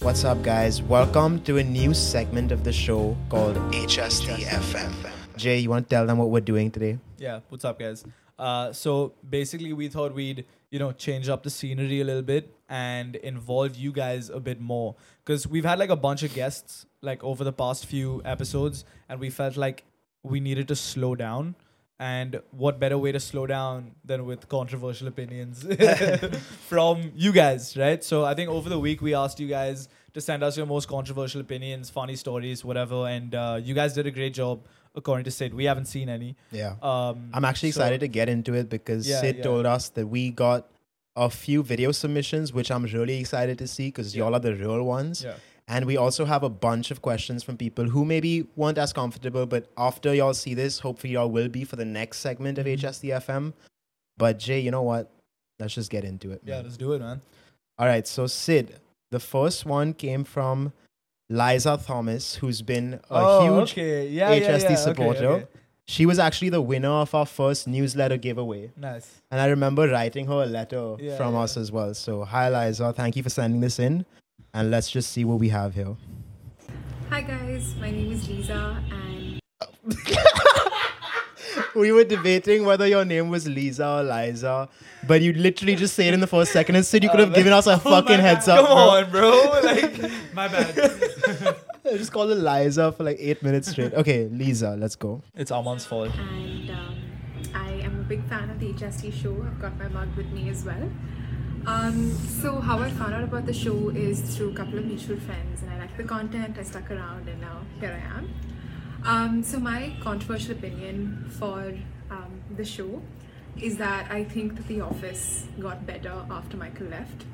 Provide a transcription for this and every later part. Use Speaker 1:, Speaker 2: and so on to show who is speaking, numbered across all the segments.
Speaker 1: What's up, guys? Welcome to a new segment of the show called HSTFM. Jay, you want to tell them what we're doing today?
Speaker 2: Yeah, what's up, guys? Uh, so basically, we thought we'd you know change up the scenery a little bit and involve you guys a bit more because we've had like a bunch of guests like over the past few episodes, and we felt like we needed to slow down. And what better way to slow down than with controversial opinions from you guys, right? So I think over the week we asked you guys to send us your most controversial opinions, funny stories, whatever, and uh, you guys did a great job. According to Sid, we haven't seen any.
Speaker 1: Yeah.
Speaker 2: Um,
Speaker 1: I'm actually
Speaker 2: so-
Speaker 1: excited to get into it because
Speaker 2: Yeah,
Speaker 1: Sid
Speaker 2: yeah.
Speaker 1: told us that we got a few video submissions, which I'm really excited to see because
Speaker 2: Yeah.
Speaker 1: y'all are the real ones.
Speaker 2: Yeah.
Speaker 1: And we also have a bunch of questions from people who maybe weren't as comfortable, but after y'all see this, hopefully y'all will be for the next segment of
Speaker 2: Mm-hmm.
Speaker 1: HSTFM. But Jay, you know what? Let's just get into it.
Speaker 2: Yeah,
Speaker 1: man.
Speaker 2: let's do it, man.
Speaker 1: All right. So Sid, the first one came from Liza Thomas, who's been a huge.
Speaker 2: Oh, okay.
Speaker 1: HST supporter. She was actually the winner of our first newsletter giveaway.
Speaker 2: Nice.
Speaker 1: And I remember writing her a letter
Speaker 2: Yeah,
Speaker 1: from
Speaker 2: yeah.
Speaker 1: us as well. So, hi, Liza. Thank you for sending this in. And let's just see what we have here.
Speaker 3: Hi guys, my name is Lisa and
Speaker 1: We were debating whether your name was Lisa or Liza, but you literally just say it in the first second. Instead, you could have given us a fucking heads up.
Speaker 2: Oh Come on, bro. Like my bad.
Speaker 1: on. Just call it Liza for like eight minutes straight. Okay, Lisa, let's go.
Speaker 2: It's Armand's fault.
Speaker 3: and um, I am a big fan of the HST show. I've got my mug with me as well. Um, so how I found out about the show is through a couple of mutual friends, and I liked the content. I stuck around, and now here I am. Um, so my controversial opinion for um, the show is that I think that The Office got better after Michael left.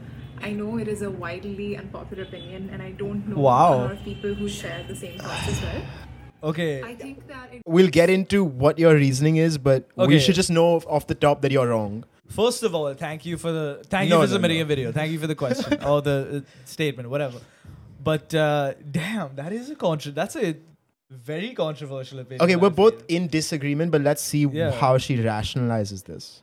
Speaker 3: I know it is a widely unpopular opinion, and I don't know
Speaker 2: Wow.
Speaker 3: a lot of people who share the same thoughts as well. I
Speaker 2: Okay.
Speaker 3: think that it
Speaker 1: We'll get into what your reasoning is, but we
Speaker 2: Okay.
Speaker 1: should just know off the top that you're wrong.
Speaker 2: First of all, thank you for the thank
Speaker 1: No,
Speaker 2: you for
Speaker 1: no,
Speaker 2: submitting
Speaker 1: no.
Speaker 2: a video. Thank you for the question or the uh, statement, whatever. But uh, damn, that is a contra. That's a very controversial opinion.
Speaker 1: Okay,
Speaker 2: I
Speaker 1: we're both
Speaker 2: feel.
Speaker 1: in disagreement, but let's see
Speaker 2: Yeah.
Speaker 1: how she rationalizes this.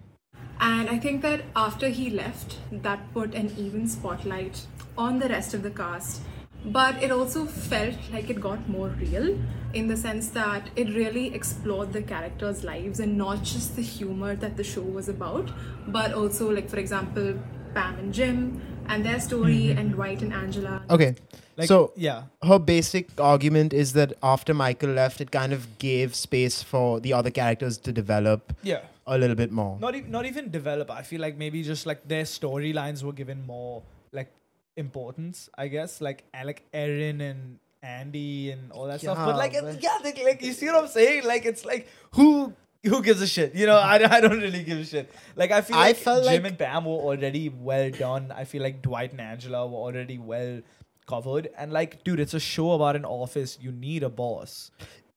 Speaker 3: And I think that after he left, that put an even spotlight on the rest of the cast. But it also felt like it got more real in the sense that it really explored the characters' lives and not just the humor that the show was about, but also, like, for example, Pam and Jim and their story, and Dwight and Angela.
Speaker 1: Okay.
Speaker 2: Like,
Speaker 1: so
Speaker 2: yeah.
Speaker 1: her basic argument is that after Michael left, it kind of gave space for the other characters to develop
Speaker 2: Yeah.
Speaker 1: a little bit more.
Speaker 2: Not even not even develop. I feel like maybe just like their storylines were given more like importance, I guess. Like Alec Erin and Andy and all that stuff. But like
Speaker 1: Yeah,
Speaker 2: it-
Speaker 1: but-
Speaker 2: yeah, they, like you see what I'm saying? Like it's like who who gives a shit? You know, I, I don't really give a shit. Like I feel
Speaker 1: I
Speaker 2: like
Speaker 1: felt
Speaker 2: Jim
Speaker 1: like-
Speaker 2: and Pam were already well done. I feel like Dwight and Angela were already well covered. And like, dude, it's a show about an office. You need a boss.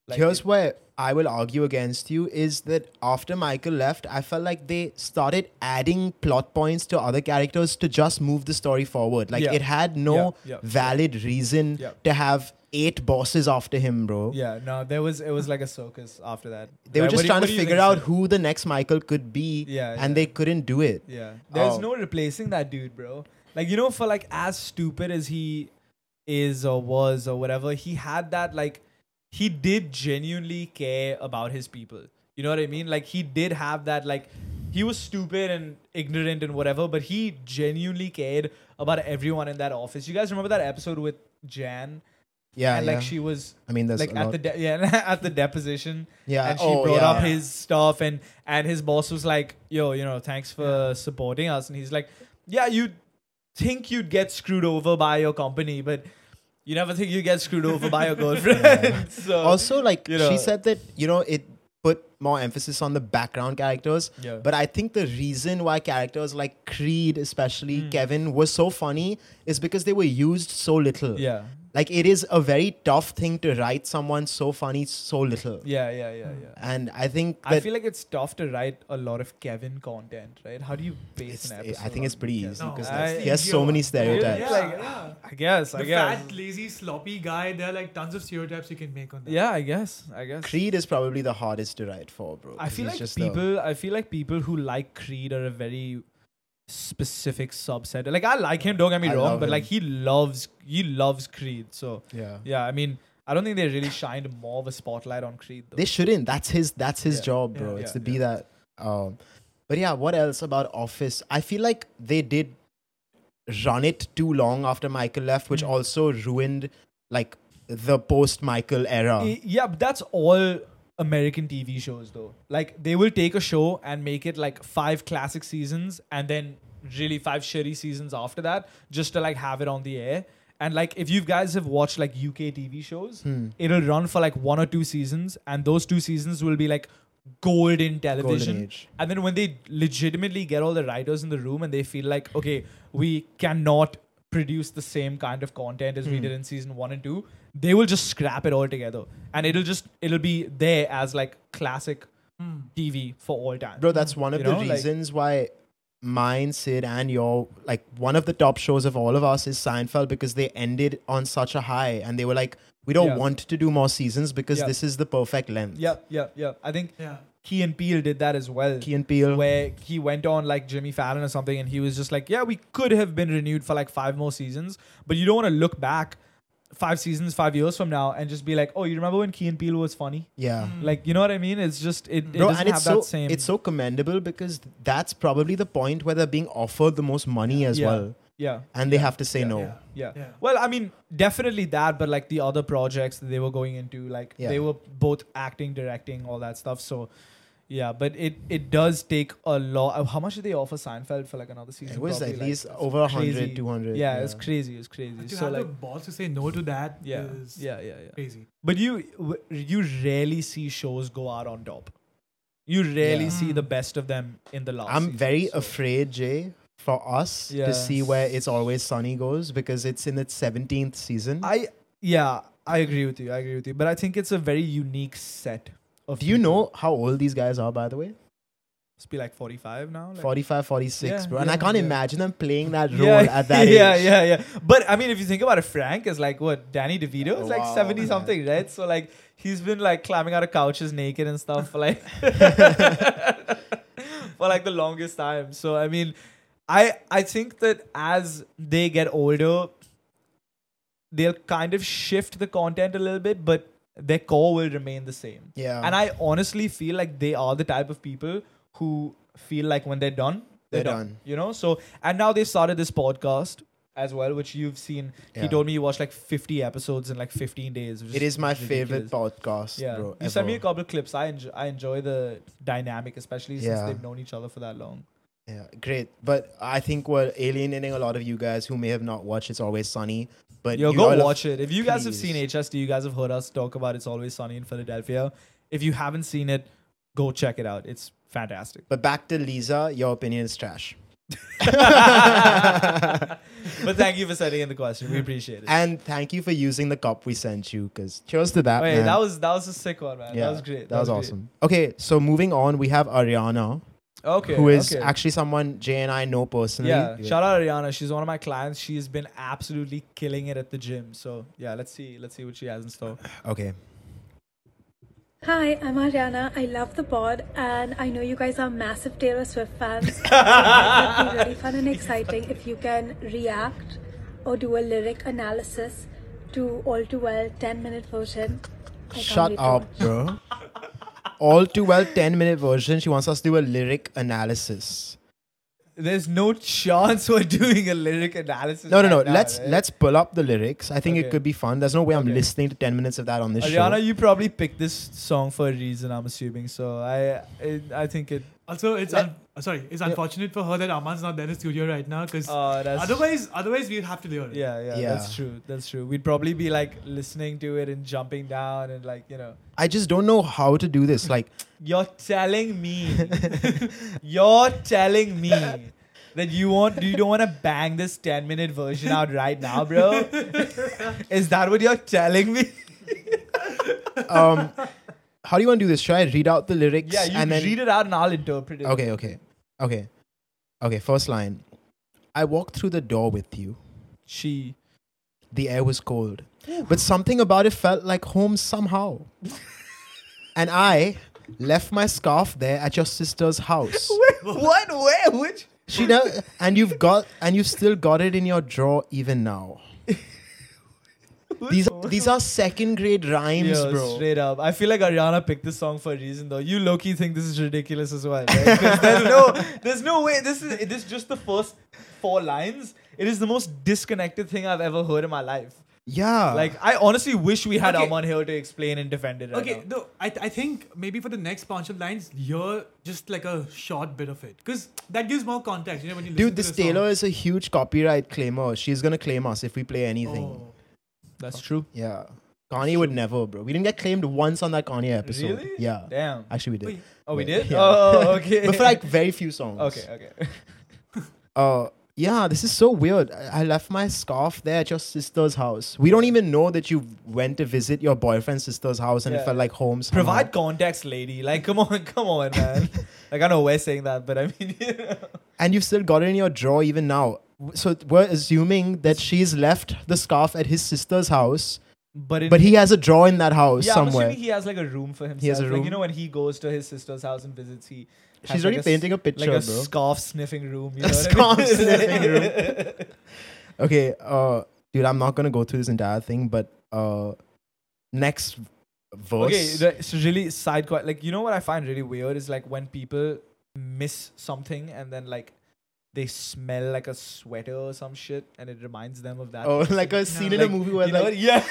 Speaker 2: Like,
Speaker 1: Here's
Speaker 2: it-
Speaker 1: where I will argue against you is that after Michael left, I felt like they started adding plot points to other characters to just move the story forward. Like
Speaker 2: Yeah.
Speaker 1: it had no
Speaker 2: Yeah, yeah,
Speaker 1: valid reason
Speaker 2: Yeah.
Speaker 1: to have eight bosses after him, bro.
Speaker 2: yeah, no, there was it was like a circus after that.
Speaker 1: They were
Speaker 2: Like,
Speaker 1: just
Speaker 2: what do you-
Speaker 1: trying to
Speaker 2: what do you
Speaker 1: figure
Speaker 2: think,
Speaker 1: out
Speaker 2: Sid?
Speaker 1: who the next Michael could be,
Speaker 2: Yeah,
Speaker 1: and
Speaker 2: yeah.
Speaker 1: they couldn't do it.
Speaker 2: Yeah. There's
Speaker 1: Oh.
Speaker 2: no replacing that dude, bro. Like, you know, for like as stupid as he is or was or whatever, he had that like he did genuinely care about his people. You know what I mean? Like he did have that like he was stupid and ignorant and whatever, but he genuinely cared about everyone in that office. You guys remember that episode with Jan?
Speaker 1: Yeah,
Speaker 2: and
Speaker 1: yeah.
Speaker 2: like she was
Speaker 1: I mean, there's
Speaker 2: like
Speaker 1: a
Speaker 2: at
Speaker 1: lot.
Speaker 2: the de- yeah at the deposition
Speaker 1: Yeah,
Speaker 2: and she
Speaker 1: oh,
Speaker 2: brought
Speaker 1: yeah.
Speaker 2: up his stuff and and his boss was like yo you know thanks for supporting us and he's like yeah you think you'd get screwed over by your company but you never think you get screwed over by your girlfriend so
Speaker 1: also like
Speaker 2: you know.
Speaker 1: she said that you know it put more emphasis on the background characters
Speaker 2: Yeah.
Speaker 1: but i think the reason why characters like creed especially
Speaker 2: Hmm.
Speaker 1: kevin were so funny is because they were used so little
Speaker 2: yeah
Speaker 1: like it is a very tough thing to write someone so funny so little
Speaker 2: yeah yeah yeah yeah
Speaker 1: and i think that
Speaker 2: I feel like it's tough to write a lot of Kevin content, right? How do you base
Speaker 1: it's,
Speaker 2: an
Speaker 1: it-
Speaker 2: episode?
Speaker 1: i think it's
Speaker 2: on
Speaker 1: pretty
Speaker 2: Kevin?
Speaker 1: easy because
Speaker 2: No,
Speaker 1: like,
Speaker 2: I-
Speaker 1: he has so many stereotypes
Speaker 2: Yeah, like, I guess, I
Speaker 4: the
Speaker 2: guess.
Speaker 4: fat, lazy, sloppy guy. There are like tons of stereotypes you can make on that.
Speaker 2: Yeah, I guess, I guess.
Speaker 1: creed is probably the hardest to write for bro
Speaker 2: I
Speaker 1: 'cause
Speaker 2: feel
Speaker 1: he's
Speaker 2: like
Speaker 1: just um, the-
Speaker 2: people. I feel like people who like Creed are a very specific subset. Like I like him, don't get me
Speaker 1: I
Speaker 2: wrong,
Speaker 1: love
Speaker 2: but
Speaker 1: him.
Speaker 2: like he loves he loves Creed. So
Speaker 1: Yeah.
Speaker 2: yeah, I mean, I don't think they really shined more of a spotlight on Creed though.
Speaker 1: They shouldn't. That's his. That's his
Speaker 2: Yeah,
Speaker 1: job, bro.
Speaker 2: yeah,
Speaker 1: it's to
Speaker 2: yeah.
Speaker 1: be that. Um, but yeah, what else about Office? I feel like they did run it too long after Michael left,
Speaker 2: Mm.
Speaker 1: which also ruined like the post Michael era.
Speaker 2: Y- Yeah, but that's all American TV shows though. Like they will take a show and make it like five classic seasons and then really five shitty seasons after that just to like have it on the air. And like if you guys have watched like UK TV shows, it'll run for like one or two seasons and those two seasons will be like gold in television.
Speaker 1: age.
Speaker 2: And then when they legitimately get all the writers in the room and they feel like, okay, we cannot produce the same kind of content as we did in season one and two, they will just scrap it all together. And it'll just it'll be there as like classic TV for all time.
Speaker 1: Bro, that's one of
Speaker 2: You
Speaker 1: the
Speaker 2: know, like-
Speaker 1: reasons why mine, Sid, and your like one of the top shows of all of us is Seinfeld because they ended on such a high and they were like, we don't
Speaker 2: Yeah.
Speaker 1: want to do more seasons because
Speaker 2: Yeah.
Speaker 1: this is the perfect length.
Speaker 2: Yeah, yeah, yeah. I think
Speaker 4: Yeah.
Speaker 2: Key and Peele did that as well.
Speaker 1: Key and Peele.
Speaker 2: where he went on like Jimmy Fallon or something, and he was just like, "Yeah, we could have been renewed for like five more seasons, but you don't want to look back five seasons, five years from now, and just be like, oh, you remember when Key and Peele was funny?
Speaker 1: yeah.
Speaker 2: Like, you know what I mean? It's just it, it
Speaker 1: Bro,
Speaker 2: doesn't
Speaker 1: and
Speaker 2: have
Speaker 1: it's
Speaker 2: that
Speaker 1: so
Speaker 2: same.
Speaker 1: it's so commendable because that's probably the point where they're being offered the most money as
Speaker 2: Yeah.
Speaker 1: well,
Speaker 2: yeah,
Speaker 1: and they have to say no.
Speaker 4: Yeah.
Speaker 2: yeah,
Speaker 4: Yeah.
Speaker 2: Well, I mean, definitely that, but like the other projects that they were going into, like
Speaker 1: Yeah.
Speaker 2: they were both acting, directing, all that stuff. So. Yeah, but it it does take a lot. How much did they offer Seinfeld for like another season?
Speaker 1: It was
Speaker 2: Probably,
Speaker 1: at
Speaker 2: like,
Speaker 1: least over 100,
Speaker 2: crazy.
Speaker 1: 200.
Speaker 2: yeah, it's crazy. It's crazy.
Speaker 4: To
Speaker 2: So
Speaker 4: have
Speaker 2: like,
Speaker 4: the balls to say no to that is
Speaker 2: yeah, yeah, yeah, yeah.
Speaker 4: crazy.
Speaker 2: But you w- you rarely see shows go out on top. You rarely
Speaker 1: Yeah.
Speaker 2: see the best of them in the last.
Speaker 1: I'm
Speaker 2: season,
Speaker 1: very
Speaker 2: so-
Speaker 1: afraid, Jay, for us
Speaker 2: Yeah.
Speaker 1: to see where It's Always Sunny goes because it's in its 17th season.
Speaker 2: I yeah, I agree with you. I agree with you. But I think it's a very unique set of.
Speaker 1: Do you
Speaker 2: people.
Speaker 1: know how old these guys are, by the way?
Speaker 2: Must be like 45 now. Like,
Speaker 1: 45, 46,
Speaker 2: Yeah,
Speaker 1: bro. And I
Speaker 2: yeah,
Speaker 1: can't
Speaker 2: yeah.
Speaker 1: imagine them playing that role
Speaker 2: yeah,
Speaker 1: at that age.
Speaker 2: yeah, yeah, yeah. But I mean, if you think about it, Frank is like what Danny DeVito is like
Speaker 1: Wow,
Speaker 2: seventy
Speaker 1: man.
Speaker 2: something, right? So like he's been like climbing out of couches naked and stuff for like for like the longest time. So I mean, I I think that as they get older, they'll kind of shift the content a little bit, but their core will remain the same.
Speaker 1: Yeah.
Speaker 2: And I honestly feel like they are the type of people who feel like when they're done, they're,
Speaker 1: They're
Speaker 2: done.
Speaker 1: done.
Speaker 2: You know? So and now they've started this podcast as well, which you've seen. He
Speaker 1: Yeah.
Speaker 2: told me you watched like fifty episodes in like fifteen days. Which
Speaker 1: It is my favorite
Speaker 2: ridiculous.
Speaker 1: podcast,
Speaker 2: Yeah,
Speaker 1: bro.
Speaker 2: you sent me a
Speaker 1: ever.
Speaker 2: couple of clips. I enjoy, I enjoy the dynamic, especially since
Speaker 1: Yeah.
Speaker 2: they've known each other for that long.
Speaker 1: Yeah, great. But I think we're alienating a lot of you guys who may have not watched It's Always Sunny. But
Speaker 2: Yo,
Speaker 1: you all
Speaker 2: go
Speaker 1: have-
Speaker 2: watch it. If you guys have seen
Speaker 1: Please.
Speaker 2: HSD, you guys have heard us talk about It's Always Sunny in Philadelphia. If you haven't seen it, go check it out. It's fantastic.
Speaker 1: But back to Lisa, your opinion is trash.
Speaker 2: but thank you for sending in the question. We appreciate it.
Speaker 1: And thank you for using the cup we sent you because cheers to that.
Speaker 2: Wait,
Speaker 1: uh, man.
Speaker 2: that was that was a sick one, man. that was great.
Speaker 1: That, was,
Speaker 2: great.
Speaker 1: awesome. Okay, so moving on, we have Ariana,
Speaker 2: Okay,
Speaker 1: who is
Speaker 2: okay.
Speaker 1: actually someone Jay and I know personally.
Speaker 2: yeah. Shout out Ariana. She's one of my clients. She has been absolutely killing it at the gym. So yeah, let's see let's see what she has in store.
Speaker 1: Okay.
Speaker 5: Hi, I'm Ariana. I love the pod, and I know you guys are massive Taylor Swift fans. so it would be really fun and exciting if you can react or do a lyric analysis to All Too Well 10 minute version. I can't
Speaker 1: Shut
Speaker 5: wait to
Speaker 1: up,
Speaker 5: watch.
Speaker 1: bro. All too well, 10 minute version. She wants us to do a lyric analysis.
Speaker 2: There's no chance we're doing a lyric analysis.
Speaker 1: No, no, no.
Speaker 2: right now,
Speaker 1: let's
Speaker 2: right?
Speaker 1: let's pull up the lyrics. I think
Speaker 2: Okay.
Speaker 1: it could be fun. There's no way I'm
Speaker 2: Okay.
Speaker 1: listening to 10 minutes of that on this
Speaker 2: Ariana,
Speaker 1: show.
Speaker 2: you probably picked this song for a reason, I'm assuming. So I it, I think it
Speaker 4: Also, it's
Speaker 1: Let-
Speaker 4: un- uh, sorry, it's unfortunate for her that Aman's not there in the studio right now because
Speaker 2: uh that's
Speaker 4: otherwise, otherwise we'd have to do it.
Speaker 2: yeah, yeah,
Speaker 1: Yeah.
Speaker 2: that's true. That's true. We'd probably be like listening to it and jumping down and like, you know,
Speaker 1: I just don't know how to do this. Like,
Speaker 2: You're telling me. You're telling me that you want you don't want to bang this 10 minute version out right now, bro. Is that what you're telling me?
Speaker 1: um, how do you want to do this? Should I read out the lyrics?
Speaker 2: Yeah, you
Speaker 1: and then
Speaker 2: read it out and I'll interpret it.
Speaker 1: Okay, okay. Okay. Okay, first line. I walked through the door with you.
Speaker 2: She.
Speaker 1: The air was cold. But something about it felt like home somehow. and I left my scarf there at your sister's house.
Speaker 2: What? Where? Which?
Speaker 1: She now, and you've got, and you've still got it in your drawer even now. These are, these are second grade rhymes,
Speaker 2: Yo,
Speaker 1: bro.
Speaker 2: Straight up. I feel like Ariana picked this song for a reason though. You low key think this is ridiculous as well. right? 'Cause there's no there's no way this is this is just the first four lines. It is the most disconnected thing I've ever heard in my life.
Speaker 1: Yeah,
Speaker 2: Like I honestly wish we had
Speaker 4: Okay.
Speaker 2: Aman here to explain and defend it right
Speaker 4: okay,
Speaker 2: now.
Speaker 4: though I, I think maybe for the next bunch of lines, you're just like a short bit of it because that gives more context. You know when you listen
Speaker 1: dude,
Speaker 4: to
Speaker 1: this
Speaker 4: the song.
Speaker 1: Taylor is a huge copyright claimer. She's gonna claim us if we play anything.
Speaker 4: Oh.
Speaker 2: That's true.
Speaker 1: Yeah, Kanye would never, bro. We didn't get claimed once on that Kanye episode.
Speaker 2: Really?
Speaker 1: Yeah,
Speaker 2: Damn.
Speaker 1: actually we did,
Speaker 4: Wait,
Speaker 2: Oh, we
Speaker 1: Wait,
Speaker 2: did?
Speaker 1: yeah.
Speaker 2: Oh, okay.
Speaker 1: but for like very few songs.
Speaker 2: Okay, okay.
Speaker 1: uh yeah this is so weird I, I left my scarf there at your sister's house we don't even know that you went to visit your boyfriend's sister's house and
Speaker 2: Yeah.
Speaker 1: it felt like home somehow.
Speaker 2: Provide context, lady. Like, come on, come on, man. like, I know we're saying that, but I mean,
Speaker 1: and you've still got it in your drawer even now W- so we're assuming that she's left the scarf at his sister's house
Speaker 2: but in
Speaker 1: but he has a drawer in that house
Speaker 2: yeah, I'm
Speaker 1: somewhere
Speaker 2: assuming he has like a room for himself.
Speaker 1: has a
Speaker 2: Like, you
Speaker 1: room.
Speaker 2: know, when he goes to his sister's house and visits, he has,
Speaker 1: she's
Speaker 2: like,
Speaker 1: already
Speaker 2: a s-
Speaker 1: painting a
Speaker 2: like
Speaker 1: picture bro
Speaker 2: a scarf sniffing room. You
Speaker 1: A
Speaker 2: know what I mean?
Speaker 1: scarf-sniffing okay uh dude i'm not gonna go through this entire thing but uh next v- verse
Speaker 2: okay, that's really side quite like you know what I find really weird is like when people miss something and then like they smell like a sweater or some shit and it reminds them of that.
Speaker 1: oh like a scene in
Speaker 2: Like,
Speaker 1: a movie where
Speaker 2: you know
Speaker 1: like
Speaker 2: what? yeah.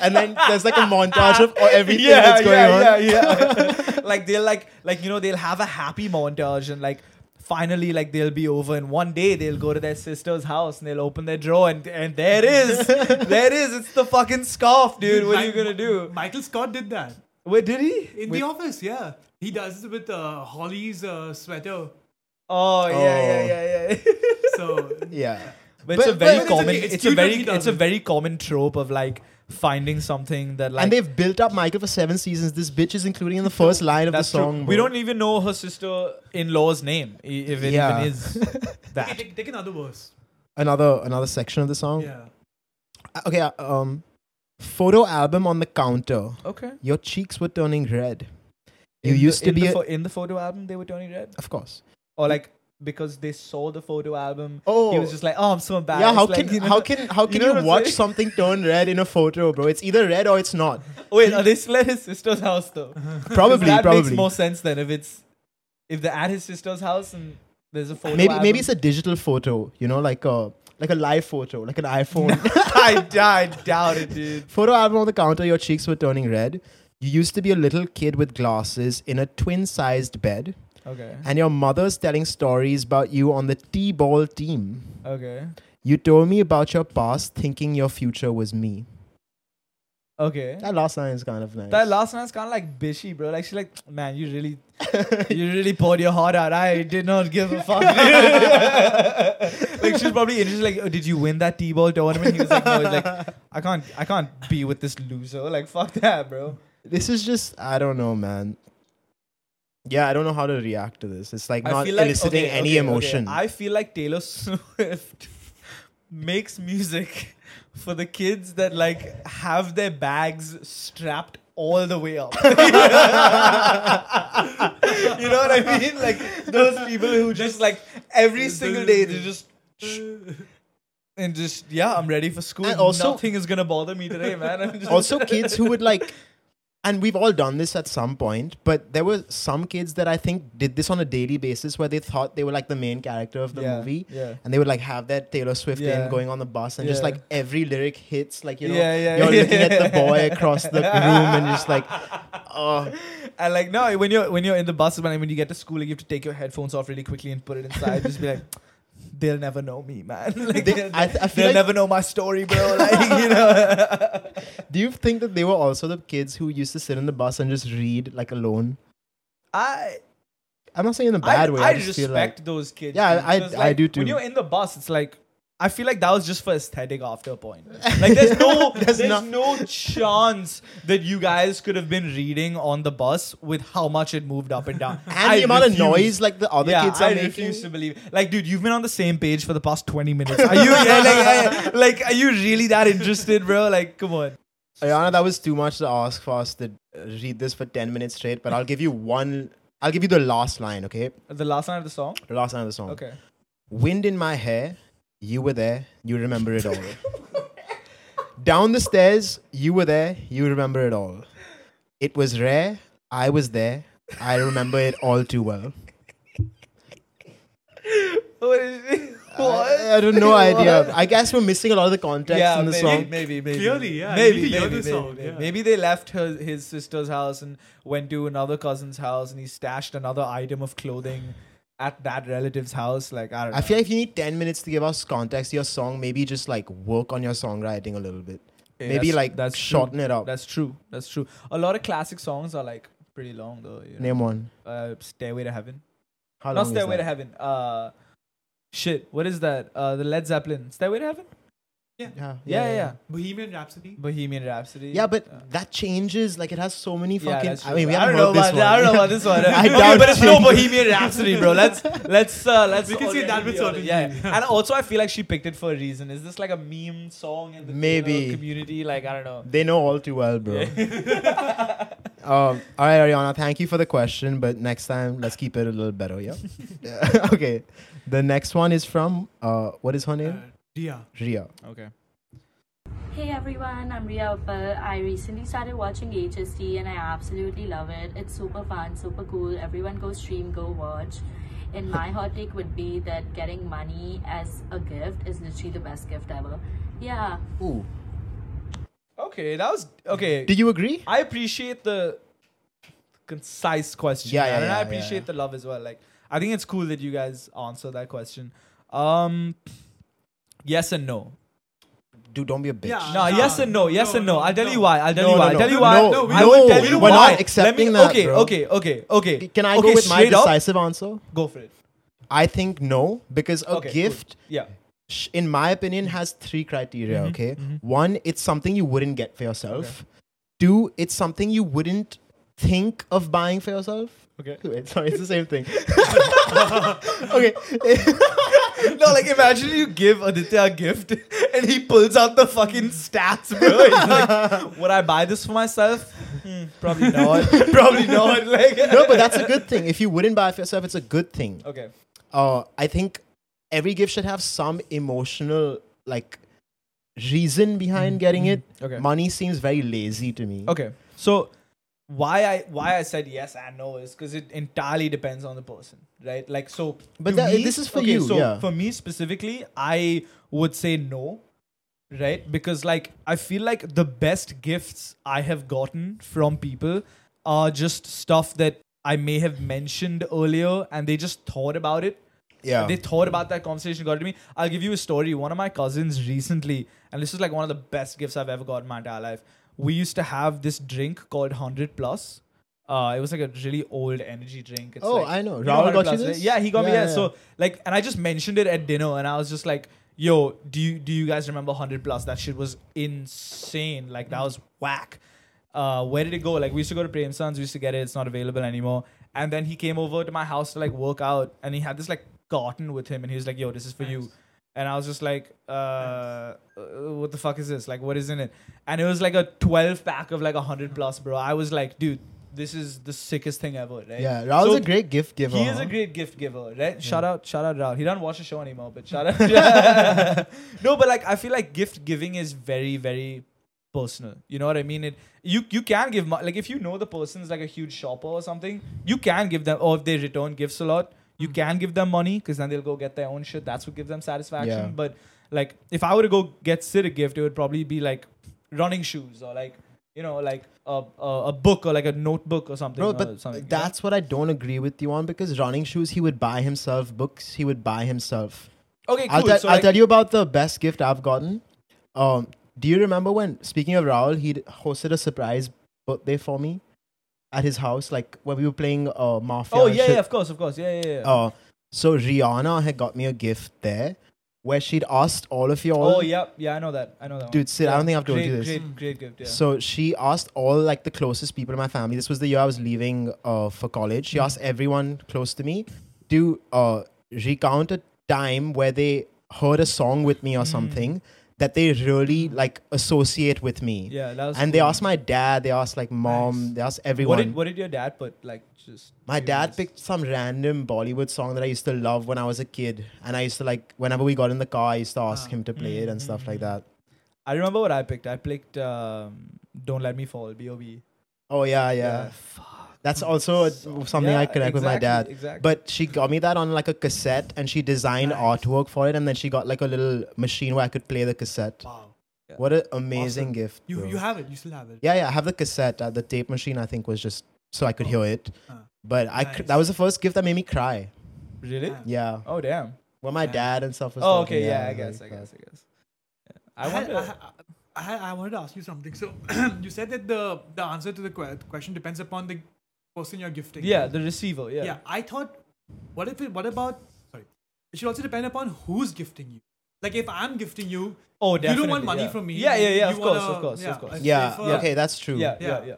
Speaker 1: and then there's like a montage of everything
Speaker 2: yeah,
Speaker 1: that's going
Speaker 2: yeah,
Speaker 1: on.
Speaker 2: Yeah, yeah. like they'll like like you know they'll have a happy montage and like finally like they'll be over and one day they'll go to their sister's house and they'll open their drawer and and there it is there it is it's the fucking scarf dude what are you
Speaker 4: Mi-
Speaker 2: gonna do
Speaker 4: Michael Scott did that
Speaker 2: wait did he
Speaker 4: in the office. Yeah, he does it with uh, Holly's uh, sweater.
Speaker 2: oh yeah yeah yeah yeah
Speaker 4: So
Speaker 1: Yeah.
Speaker 2: but it's a
Speaker 1: But-
Speaker 2: very
Speaker 1: but-
Speaker 2: common
Speaker 4: But it's okay,
Speaker 2: it's,
Speaker 4: it's
Speaker 2: a
Speaker 4: cute when
Speaker 2: very
Speaker 4: he
Speaker 2: it's
Speaker 4: does
Speaker 2: a
Speaker 4: it.
Speaker 2: very common trope of like finding something that like
Speaker 1: and they've built up Michael for seven seasons. This bitch is including in the first line of the
Speaker 2: that's true.
Speaker 1: song.
Speaker 2: we
Speaker 1: bro.
Speaker 2: don't even know her sister-in-law's name i- if it
Speaker 1: Yeah.
Speaker 2: even is
Speaker 4: okay,
Speaker 2: that
Speaker 4: take, take another verse.
Speaker 1: another another section of the song.
Speaker 4: Yeah.
Speaker 1: Uh, Okay, uh, um, photo album on the counter.
Speaker 2: okay
Speaker 1: Your cheeks were turning red. You
Speaker 2: In the-
Speaker 1: used to
Speaker 2: in
Speaker 1: be
Speaker 2: the
Speaker 1: a-
Speaker 2: pho- in the photo album. They were turning red,
Speaker 1: of course.
Speaker 2: or like because they saw the photo album.
Speaker 1: Oh.
Speaker 2: he was just like, "Oh, I'm so embarrassed."
Speaker 1: yeah, how
Speaker 2: like,
Speaker 1: can
Speaker 2: you know-
Speaker 1: how can how can
Speaker 2: know
Speaker 1: you,
Speaker 2: what I'm
Speaker 1: watch
Speaker 2: saying?
Speaker 1: something turn red in a photo, bro? It's either red or it's not.
Speaker 2: Wait, are they still at his sister's house though? 'Cause
Speaker 1: Probably,
Speaker 2: that
Speaker 1: probably.
Speaker 2: makes more sense then if it's if they're at his sister's house and there's a photo.
Speaker 1: maybe
Speaker 2: album.
Speaker 1: maybe it's a digital photo. You know, like a like a live photo, like an iPhone.
Speaker 2: I, I doubt it, dude.
Speaker 1: Photo album on the counter, your cheeks were turning red. You used to be a little kid with glasses in a twin sized bed,
Speaker 2: Okay,
Speaker 1: and your mother's telling stories about you on the T ball team.
Speaker 2: okay,
Speaker 1: You told me about your past, thinking your future was me.
Speaker 2: okay.
Speaker 1: That last line is kind of nice.
Speaker 2: That last one's kind of like bishy, bro. Like she's like, man, you really, you really poured your heart out. I did not give a fuck. like she's probably interested. Like, oh, did you win that t-ball tournament? He was like, no. He's like, I can't, I can't be with this loser. Like, fuck that, bro.
Speaker 1: this is just, I don't know, man. Yeah, I don't know how to react to this. It's like
Speaker 2: I
Speaker 1: not
Speaker 2: feel like
Speaker 1: eliciting
Speaker 2: okay,
Speaker 1: any
Speaker 2: okay, okay.
Speaker 1: emotion.
Speaker 2: I feel like Taylor Swift makes music for the kids that like have their bags strapped all the way up. you know what I mean? Like those people who just like every single day they just and just yeah, I'm ready for school.
Speaker 1: And also-
Speaker 2: Nothing is gonna bother me today, man. I'm just,
Speaker 1: also kids who would like and we've all done this at some point but there were some kids that i think did this on a daily basis where they thought they were like the main character of the
Speaker 2: Yeah,
Speaker 1: movie
Speaker 2: yeah.
Speaker 1: and they would like have that taylor swift
Speaker 2: Yeah.
Speaker 1: in going on the bus and just
Speaker 2: Yeah.
Speaker 1: like every lyric hits like you know
Speaker 2: Yeah, yeah,
Speaker 1: you're
Speaker 2: yeah.
Speaker 1: looking at the boy across the room and just like oh
Speaker 2: And like no, when you're when you're in the bus and when you get to school, like, you have to take your headphones off really quickly and put it inside. just be like, they'll never know me, man. like
Speaker 1: They-
Speaker 2: they'll,
Speaker 1: I th- I feel
Speaker 2: they'll
Speaker 1: like-
Speaker 2: never know my story, bro. Like you know.
Speaker 1: do you think that they were also the kids who used to sit in the bus and just read like alone
Speaker 2: I
Speaker 1: i'm not saying in a
Speaker 2: I,
Speaker 1: bad way
Speaker 2: I
Speaker 1: just
Speaker 2: respect
Speaker 1: feel like
Speaker 2: those kids.
Speaker 1: Yeah,
Speaker 2: dude,
Speaker 1: I- I-
Speaker 2: 'cause,
Speaker 1: I
Speaker 2: like,
Speaker 1: do
Speaker 2: When
Speaker 1: too.
Speaker 2: you're in the bus, it's like I feel like that was just for aesthetic after a point. Like there's no
Speaker 1: There's
Speaker 2: there's,
Speaker 1: not-
Speaker 2: no chance that you guys could have been reading on the bus with how much it moved up and down.
Speaker 1: and
Speaker 2: I
Speaker 1: the amount of
Speaker 2: refuse.
Speaker 1: noise like the other
Speaker 2: yeah,
Speaker 1: kids
Speaker 2: I
Speaker 1: are making
Speaker 2: refuse to believe. Like, dude, you've been on the same page for the past twenty minutes. Are you yeah, like, I- like, are you really that interested, bro? Like, come on.
Speaker 1: Ayana, that was too much to ask for us to uh, read this for 10 minutes straight, but I'll give you one. I'll give you the last line, okay?
Speaker 2: The last line of the song.
Speaker 1: The last line of the song.
Speaker 2: Okay.
Speaker 1: Wind in my hair, you were there, you remember it all. Down the stairs, you were there, you remember it all. It was rare, I was there, I remember it all too well.
Speaker 2: What is it? What?
Speaker 1: I, I don't know idea. I guess we're missing a lot of the context
Speaker 2: yeah,
Speaker 1: in the
Speaker 2: maybe,
Speaker 1: song.
Speaker 2: Maybe, maybe.
Speaker 4: Clearly, yeah, I
Speaker 2: Maybe,
Speaker 4: need to hear
Speaker 2: maybe,
Speaker 4: this
Speaker 2: maybe,
Speaker 4: song,
Speaker 2: maybe.
Speaker 4: yeah.
Speaker 2: Maybe they left her his sister's house and went to another cousin's house, and he stashed another item of clothing at that relative's house. Like I don't know.
Speaker 1: I feel like if you need 10 minutes to give us context to your song, maybe just like work on your songwriting a little bit.
Speaker 2: Yeah,
Speaker 1: maybe
Speaker 2: that's-
Speaker 1: like
Speaker 2: that's true.
Speaker 1: shorten it up.
Speaker 2: That's true. That's true. A lot of classic songs are like pretty long though. You know?
Speaker 1: Name one.
Speaker 2: Uh, Stairway to Heaven.
Speaker 1: How
Speaker 2: Not
Speaker 1: long
Speaker 2: Stairway
Speaker 1: is that?
Speaker 2: to Heaven. Uh, shit. What is that? Uh, the Led Zeppelin. Stairway to Heaven. Yeah, yeah. yeah.
Speaker 4: Bohemian Rhapsody.
Speaker 2: Bohemian Rhapsody.
Speaker 1: Yeah, but
Speaker 2: Uh,
Speaker 1: that changes. Like it has so many
Speaker 2: Yeah,
Speaker 1: fucking.
Speaker 2: that's
Speaker 1: I
Speaker 2: true.
Speaker 1: mean, we
Speaker 2: I
Speaker 1: haven't
Speaker 2: don't know
Speaker 1: heard this
Speaker 2: about that. I don't know about this one.
Speaker 1: I
Speaker 2: Okay,
Speaker 1: doubt
Speaker 2: but it's no
Speaker 1: it.
Speaker 2: Bohemian Rhapsody, bro. Let's let's uh, let's.
Speaker 4: We can say
Speaker 2: already
Speaker 4: that with
Speaker 2: be honest.
Speaker 4: certainty.
Speaker 2: Yeah, and also I feel like she picked it for a reason. Is this like a meme song in the you
Speaker 1: Maybe.
Speaker 2: know, community? Like I don't know.
Speaker 1: They know all too well, bro. um, all right, Ariana, thank you for the question, but next time let's keep it a little better, yeah? Yeah. okay. The next one is from, uh, what is her
Speaker 4: Uh,
Speaker 1: name?
Speaker 4: Ria.
Speaker 1: Ria.
Speaker 2: Okay.
Speaker 6: Hey everyone, I'm Ria Uppal. I recently started watching HSD and I absolutely love it. It's super fun, super cool. Everyone go stream, go watch. And my hot take would be that getting money as a gift is literally the best gift ever. Yeah.
Speaker 1: Ooh.
Speaker 2: Okay, that was okay.
Speaker 1: Do you agree?
Speaker 2: I appreciate the concise question.
Speaker 1: Yeah, yeah,
Speaker 2: and I
Speaker 1: yeah,
Speaker 2: appreciate
Speaker 1: yeah.
Speaker 2: the love as well. Like I think it's cool that you guys answer that question. Um, yes and no.
Speaker 1: Dude, don't be a bitch.
Speaker 4: Yeah.
Speaker 2: No,
Speaker 4: No,
Speaker 2: yes and no, yes
Speaker 4: no,
Speaker 2: and no.
Speaker 4: no,
Speaker 2: I'll tell you
Speaker 4: no.
Speaker 2: why. I'll tell
Speaker 1: No,
Speaker 2: you
Speaker 1: no,
Speaker 2: why. I'll tell
Speaker 1: no.
Speaker 2: you why.
Speaker 4: No, we
Speaker 2: I
Speaker 4: don't-
Speaker 2: will
Speaker 4: no,
Speaker 2: tell
Speaker 4: we
Speaker 2: you
Speaker 4: don't
Speaker 2: why.
Speaker 1: want-
Speaker 2: Let
Speaker 1: accepting
Speaker 2: me,
Speaker 1: that,
Speaker 2: Okay,
Speaker 1: bro.
Speaker 2: okay, okay, okay.
Speaker 1: Can I
Speaker 2: okay,
Speaker 1: go with my
Speaker 2: straight up?
Speaker 1: decisive answer?
Speaker 2: Go for it.
Speaker 1: I think no, because a
Speaker 2: Okay, Mm-hmm. cool.
Speaker 1: gift,
Speaker 2: Yeah.
Speaker 1: sh- in my opinion, has three criteria,
Speaker 2: Mm-hmm,
Speaker 1: okay? One, it's something you wouldn't get for yourself. Two, it's something you wouldn't think of buying for yourself.
Speaker 2: Okay.
Speaker 1: Wait, sorry, it's the same thing. okay.
Speaker 2: No, like imagine you give Aditya a gift and he pulls out the fucking stats, bro. He's like, would I buy this for myself? Hmm, probably not. probably not. Like
Speaker 1: no, but that's a good thing. If you wouldn't buy it for yourself, it's a good thing.
Speaker 2: Okay.
Speaker 1: Uh, I think every gift should have some emotional like reason behind getting it.
Speaker 2: Mm-hmm. Okay.
Speaker 1: Money seems very lazy to me.
Speaker 2: Okay. So why I why I said yes and no is because it entirely depends on the person, right? Like so.
Speaker 1: But
Speaker 2: to
Speaker 1: that- this is for
Speaker 2: okay,
Speaker 1: you,
Speaker 2: So
Speaker 1: yeah.
Speaker 2: for me specifically, I would say no, right? Because like I feel like the best gifts I have gotten from people are just stuff that I may have mentioned earlier, and they just thought about it
Speaker 1: Yeah.
Speaker 2: they thought about that conversation got to me i'll give you a story one of my cousins recently and this is like one of the best gifts i've ever got in my entire life we used to have this drink called 100 plus uh, it was like a really old energy drink. It's
Speaker 1: Oh,
Speaker 2: like-
Speaker 1: I know.
Speaker 2: you
Speaker 1: Rahul
Speaker 2: 100
Speaker 1: got you
Speaker 2: Plus, right?
Speaker 1: this?
Speaker 2: Yeah, he got me.
Speaker 1: Yeah,
Speaker 2: Yeah.
Speaker 1: yeah.
Speaker 2: So like, and I just mentioned it at dinner, and I was just like, "Yo, do you do you guys remember 100 plus? That shit was insane. Like that was whack. Uh, where did it go? Like we used to go to Prem Sons. We used to get it. It's not available anymore. And then he came over to my house to like work out, and he had this like carton with him, and he was like, "Yo, this is for you." And I was just like, uh, uh, what the fuck is this? Like, what is in it? And it was like a 12 pack of like 100 plus, bro. I was like, dude, this is the sickest thing ever, right?
Speaker 1: yeah, Raul's
Speaker 2: So-
Speaker 1: a great gift giver.
Speaker 2: he is
Speaker 1: huh?
Speaker 2: a great gift giver, right? Shout out, shout out, Raul. He doesn't watch the show anymore, but shout out. no, but like I feel like gift giving is very, very personal. You know what I mean? It you you can give mo- like if you know the person's like a huge shopper or something, you can give them. Or if they return gifts a lot, you
Speaker 1: Mm.
Speaker 2: can give them money because then they'll go get their own shit. That's what gives them satisfaction.
Speaker 1: Yeah.
Speaker 2: But like if I were to go get Sid a gift, it would probably be like running shoes or like. You know, like a, a, a book or like a notebook or something.
Speaker 1: Bro,
Speaker 2: or
Speaker 1: but
Speaker 2: uh, something, you know?
Speaker 1: that's what I don't agree with you on because running shoes he would buy himself, books he would buy himself.
Speaker 2: okay. Cool.
Speaker 1: I'll, tell,
Speaker 2: so
Speaker 1: I'll
Speaker 2: like-
Speaker 1: tell you about the best gift I've gotten. Um, do you remember when, speaking of Raul, he hosted a surprise birthday for me at his house, like when we were playing uh, Mafia?
Speaker 2: Oh
Speaker 1: and
Speaker 2: yeah,
Speaker 1: shit.
Speaker 2: yeah, of course, of course, yeah, yeah. yeah.
Speaker 1: Uh, so Rihanna had got me a gift there where she'd asked all of y'all.
Speaker 2: oh yeah, yeah, I know that, I know that. one.
Speaker 1: Dude, Sid, I don't think I've told
Speaker 2: great,
Speaker 1: you this.
Speaker 2: Great, great gift. Yeah.
Speaker 1: So she asked all like the closest people in my family. This was the year I was leaving uh, for college.
Speaker 2: Mm-hmm.
Speaker 1: She asked everyone close to me
Speaker 2: Mm-hmm.
Speaker 1: to uh, recount a time where they heard a song with me or something that they really like associate with me.
Speaker 2: Yeah, that was
Speaker 1: and they
Speaker 2: cool.
Speaker 1: asked my dad, they asked like mom,
Speaker 4: Nice.
Speaker 1: they asked
Speaker 2: What
Speaker 1: everyone.
Speaker 2: did what did your dad put? Like just
Speaker 1: my dad
Speaker 2: curious.
Speaker 1: picked some random Bollywood song that I used to love when I was a kid, and I used to like whenever we got in the car, I used to ask
Speaker 4: Ah.
Speaker 1: him to play it and stuff like
Speaker 2: Mm-hmm.
Speaker 1: that.
Speaker 2: I remember what I picked. I picked um, "Don't Let Me Fall" B.O.B.
Speaker 1: Oh yeah, yeah.
Speaker 2: Fuck.
Speaker 1: That's also
Speaker 2: So-
Speaker 1: something
Speaker 2: Yeah,
Speaker 1: I connect with my
Speaker 2: exactly,
Speaker 1: dad.
Speaker 2: Exactly.
Speaker 1: But she got me that on like a cassette, and she designed
Speaker 4: Nice.
Speaker 1: artwork for it, and then she got like a little machine where I could play the cassette.
Speaker 4: Wow.
Speaker 1: What an amazing
Speaker 2: Awesome.
Speaker 1: gift!
Speaker 4: You
Speaker 1: bro.
Speaker 4: you have it. You still have it.
Speaker 1: Yeah, yeah. I have the cassette. Uh, the tape machine, I think, was just so I could hear it.
Speaker 2: Uh,
Speaker 4: Ah.
Speaker 1: But I cr-
Speaker 4: Nice.
Speaker 1: that was the first gift that made me cry.
Speaker 2: really?
Speaker 4: Yeah.
Speaker 1: Yeah.
Speaker 2: Oh damn.
Speaker 1: Well, my
Speaker 4: Yeah.
Speaker 1: dad and stuff was.
Speaker 2: Oh
Speaker 1: talking,
Speaker 2: okay. Yeah, I
Speaker 1: it was
Speaker 2: guess. I
Speaker 1: really
Speaker 2: guess.
Speaker 1: fun.
Speaker 2: I guess. Yeah. I
Speaker 4: had-
Speaker 2: wonder.
Speaker 4: I, had- I wanted to ask you something. So you said that the the answer to the que- question depends upon the person you're gifting.
Speaker 2: yeah, the receiver. Yeah.
Speaker 4: Yeah. I thought, what if it? What about? Sorry. It should also depend upon who's gifting you. Like if I'm gifting you,
Speaker 2: Oh,
Speaker 4: you
Speaker 2: definitely.
Speaker 4: don't want money
Speaker 2: yeah.
Speaker 4: from me.
Speaker 2: Yeah, yeah, yeah.
Speaker 4: You
Speaker 2: Of course,
Speaker 4: wanna-
Speaker 2: of course,
Speaker 4: yeah,
Speaker 2: of course.
Speaker 4: I
Speaker 1: Yeah.
Speaker 4: prefer-
Speaker 1: Okay, that's true.
Speaker 2: uh, yeah, yeah,
Speaker 4: Yeah.
Speaker 2: yeah.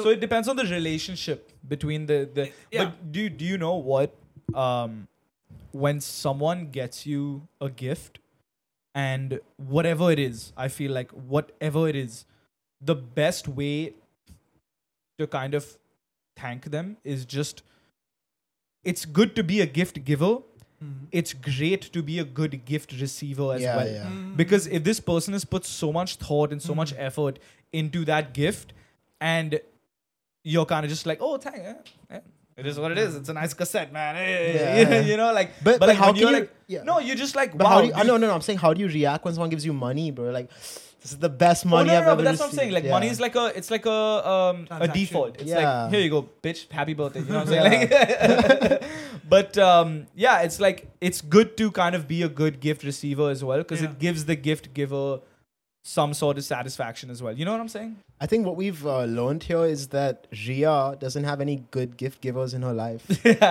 Speaker 2: So it depends on the relationship between the the.
Speaker 4: Yeah.
Speaker 2: But do do you know what? Um, when someone gets you a gift, and whatever it is, I feel like whatever it is, the best way to kind of thank them is just. It's good to be a gift giver. It's great to be a good gift receiver as
Speaker 1: Yeah,
Speaker 2: well
Speaker 1: yeah.
Speaker 4: mm,
Speaker 2: because if this person has put so much thought and so much
Speaker 1: Mm.
Speaker 2: effort into that gift and you're kind of just like oh thank eh, eh, it is what it is it's a nice cassette man Eh,
Speaker 1: Yeah,
Speaker 2: you,
Speaker 1: yeah.
Speaker 2: know like
Speaker 1: But- but
Speaker 2: like,
Speaker 1: how can
Speaker 2: when you're
Speaker 1: you-
Speaker 2: like
Speaker 1: yeah.
Speaker 2: no you're just like
Speaker 1: But
Speaker 2: wow
Speaker 1: how do you, uh,
Speaker 2: this-
Speaker 1: no, no, no. I'm saying, how do you react when someone gives you money, bro? Like, this is the best
Speaker 2: Oh,
Speaker 1: money
Speaker 2: no, no,
Speaker 1: I've
Speaker 2: no,
Speaker 1: ever
Speaker 2: but that's what I'm saying. Like money is like a, it's like a, um, a
Speaker 4: Transaction.
Speaker 2: default. It's
Speaker 1: Yeah.
Speaker 2: like here you go, bitch, happy birthday. You know what I'm saying? Like, but um, yeah, it's like it's good to kind of be a good gift receiver as well because
Speaker 4: Yeah.
Speaker 2: it gives the gift giver some sort of satisfaction as well. You know what I'm saying?
Speaker 1: I think what we've uh, learned here is that Ria doesn't have any good gift givers in her life.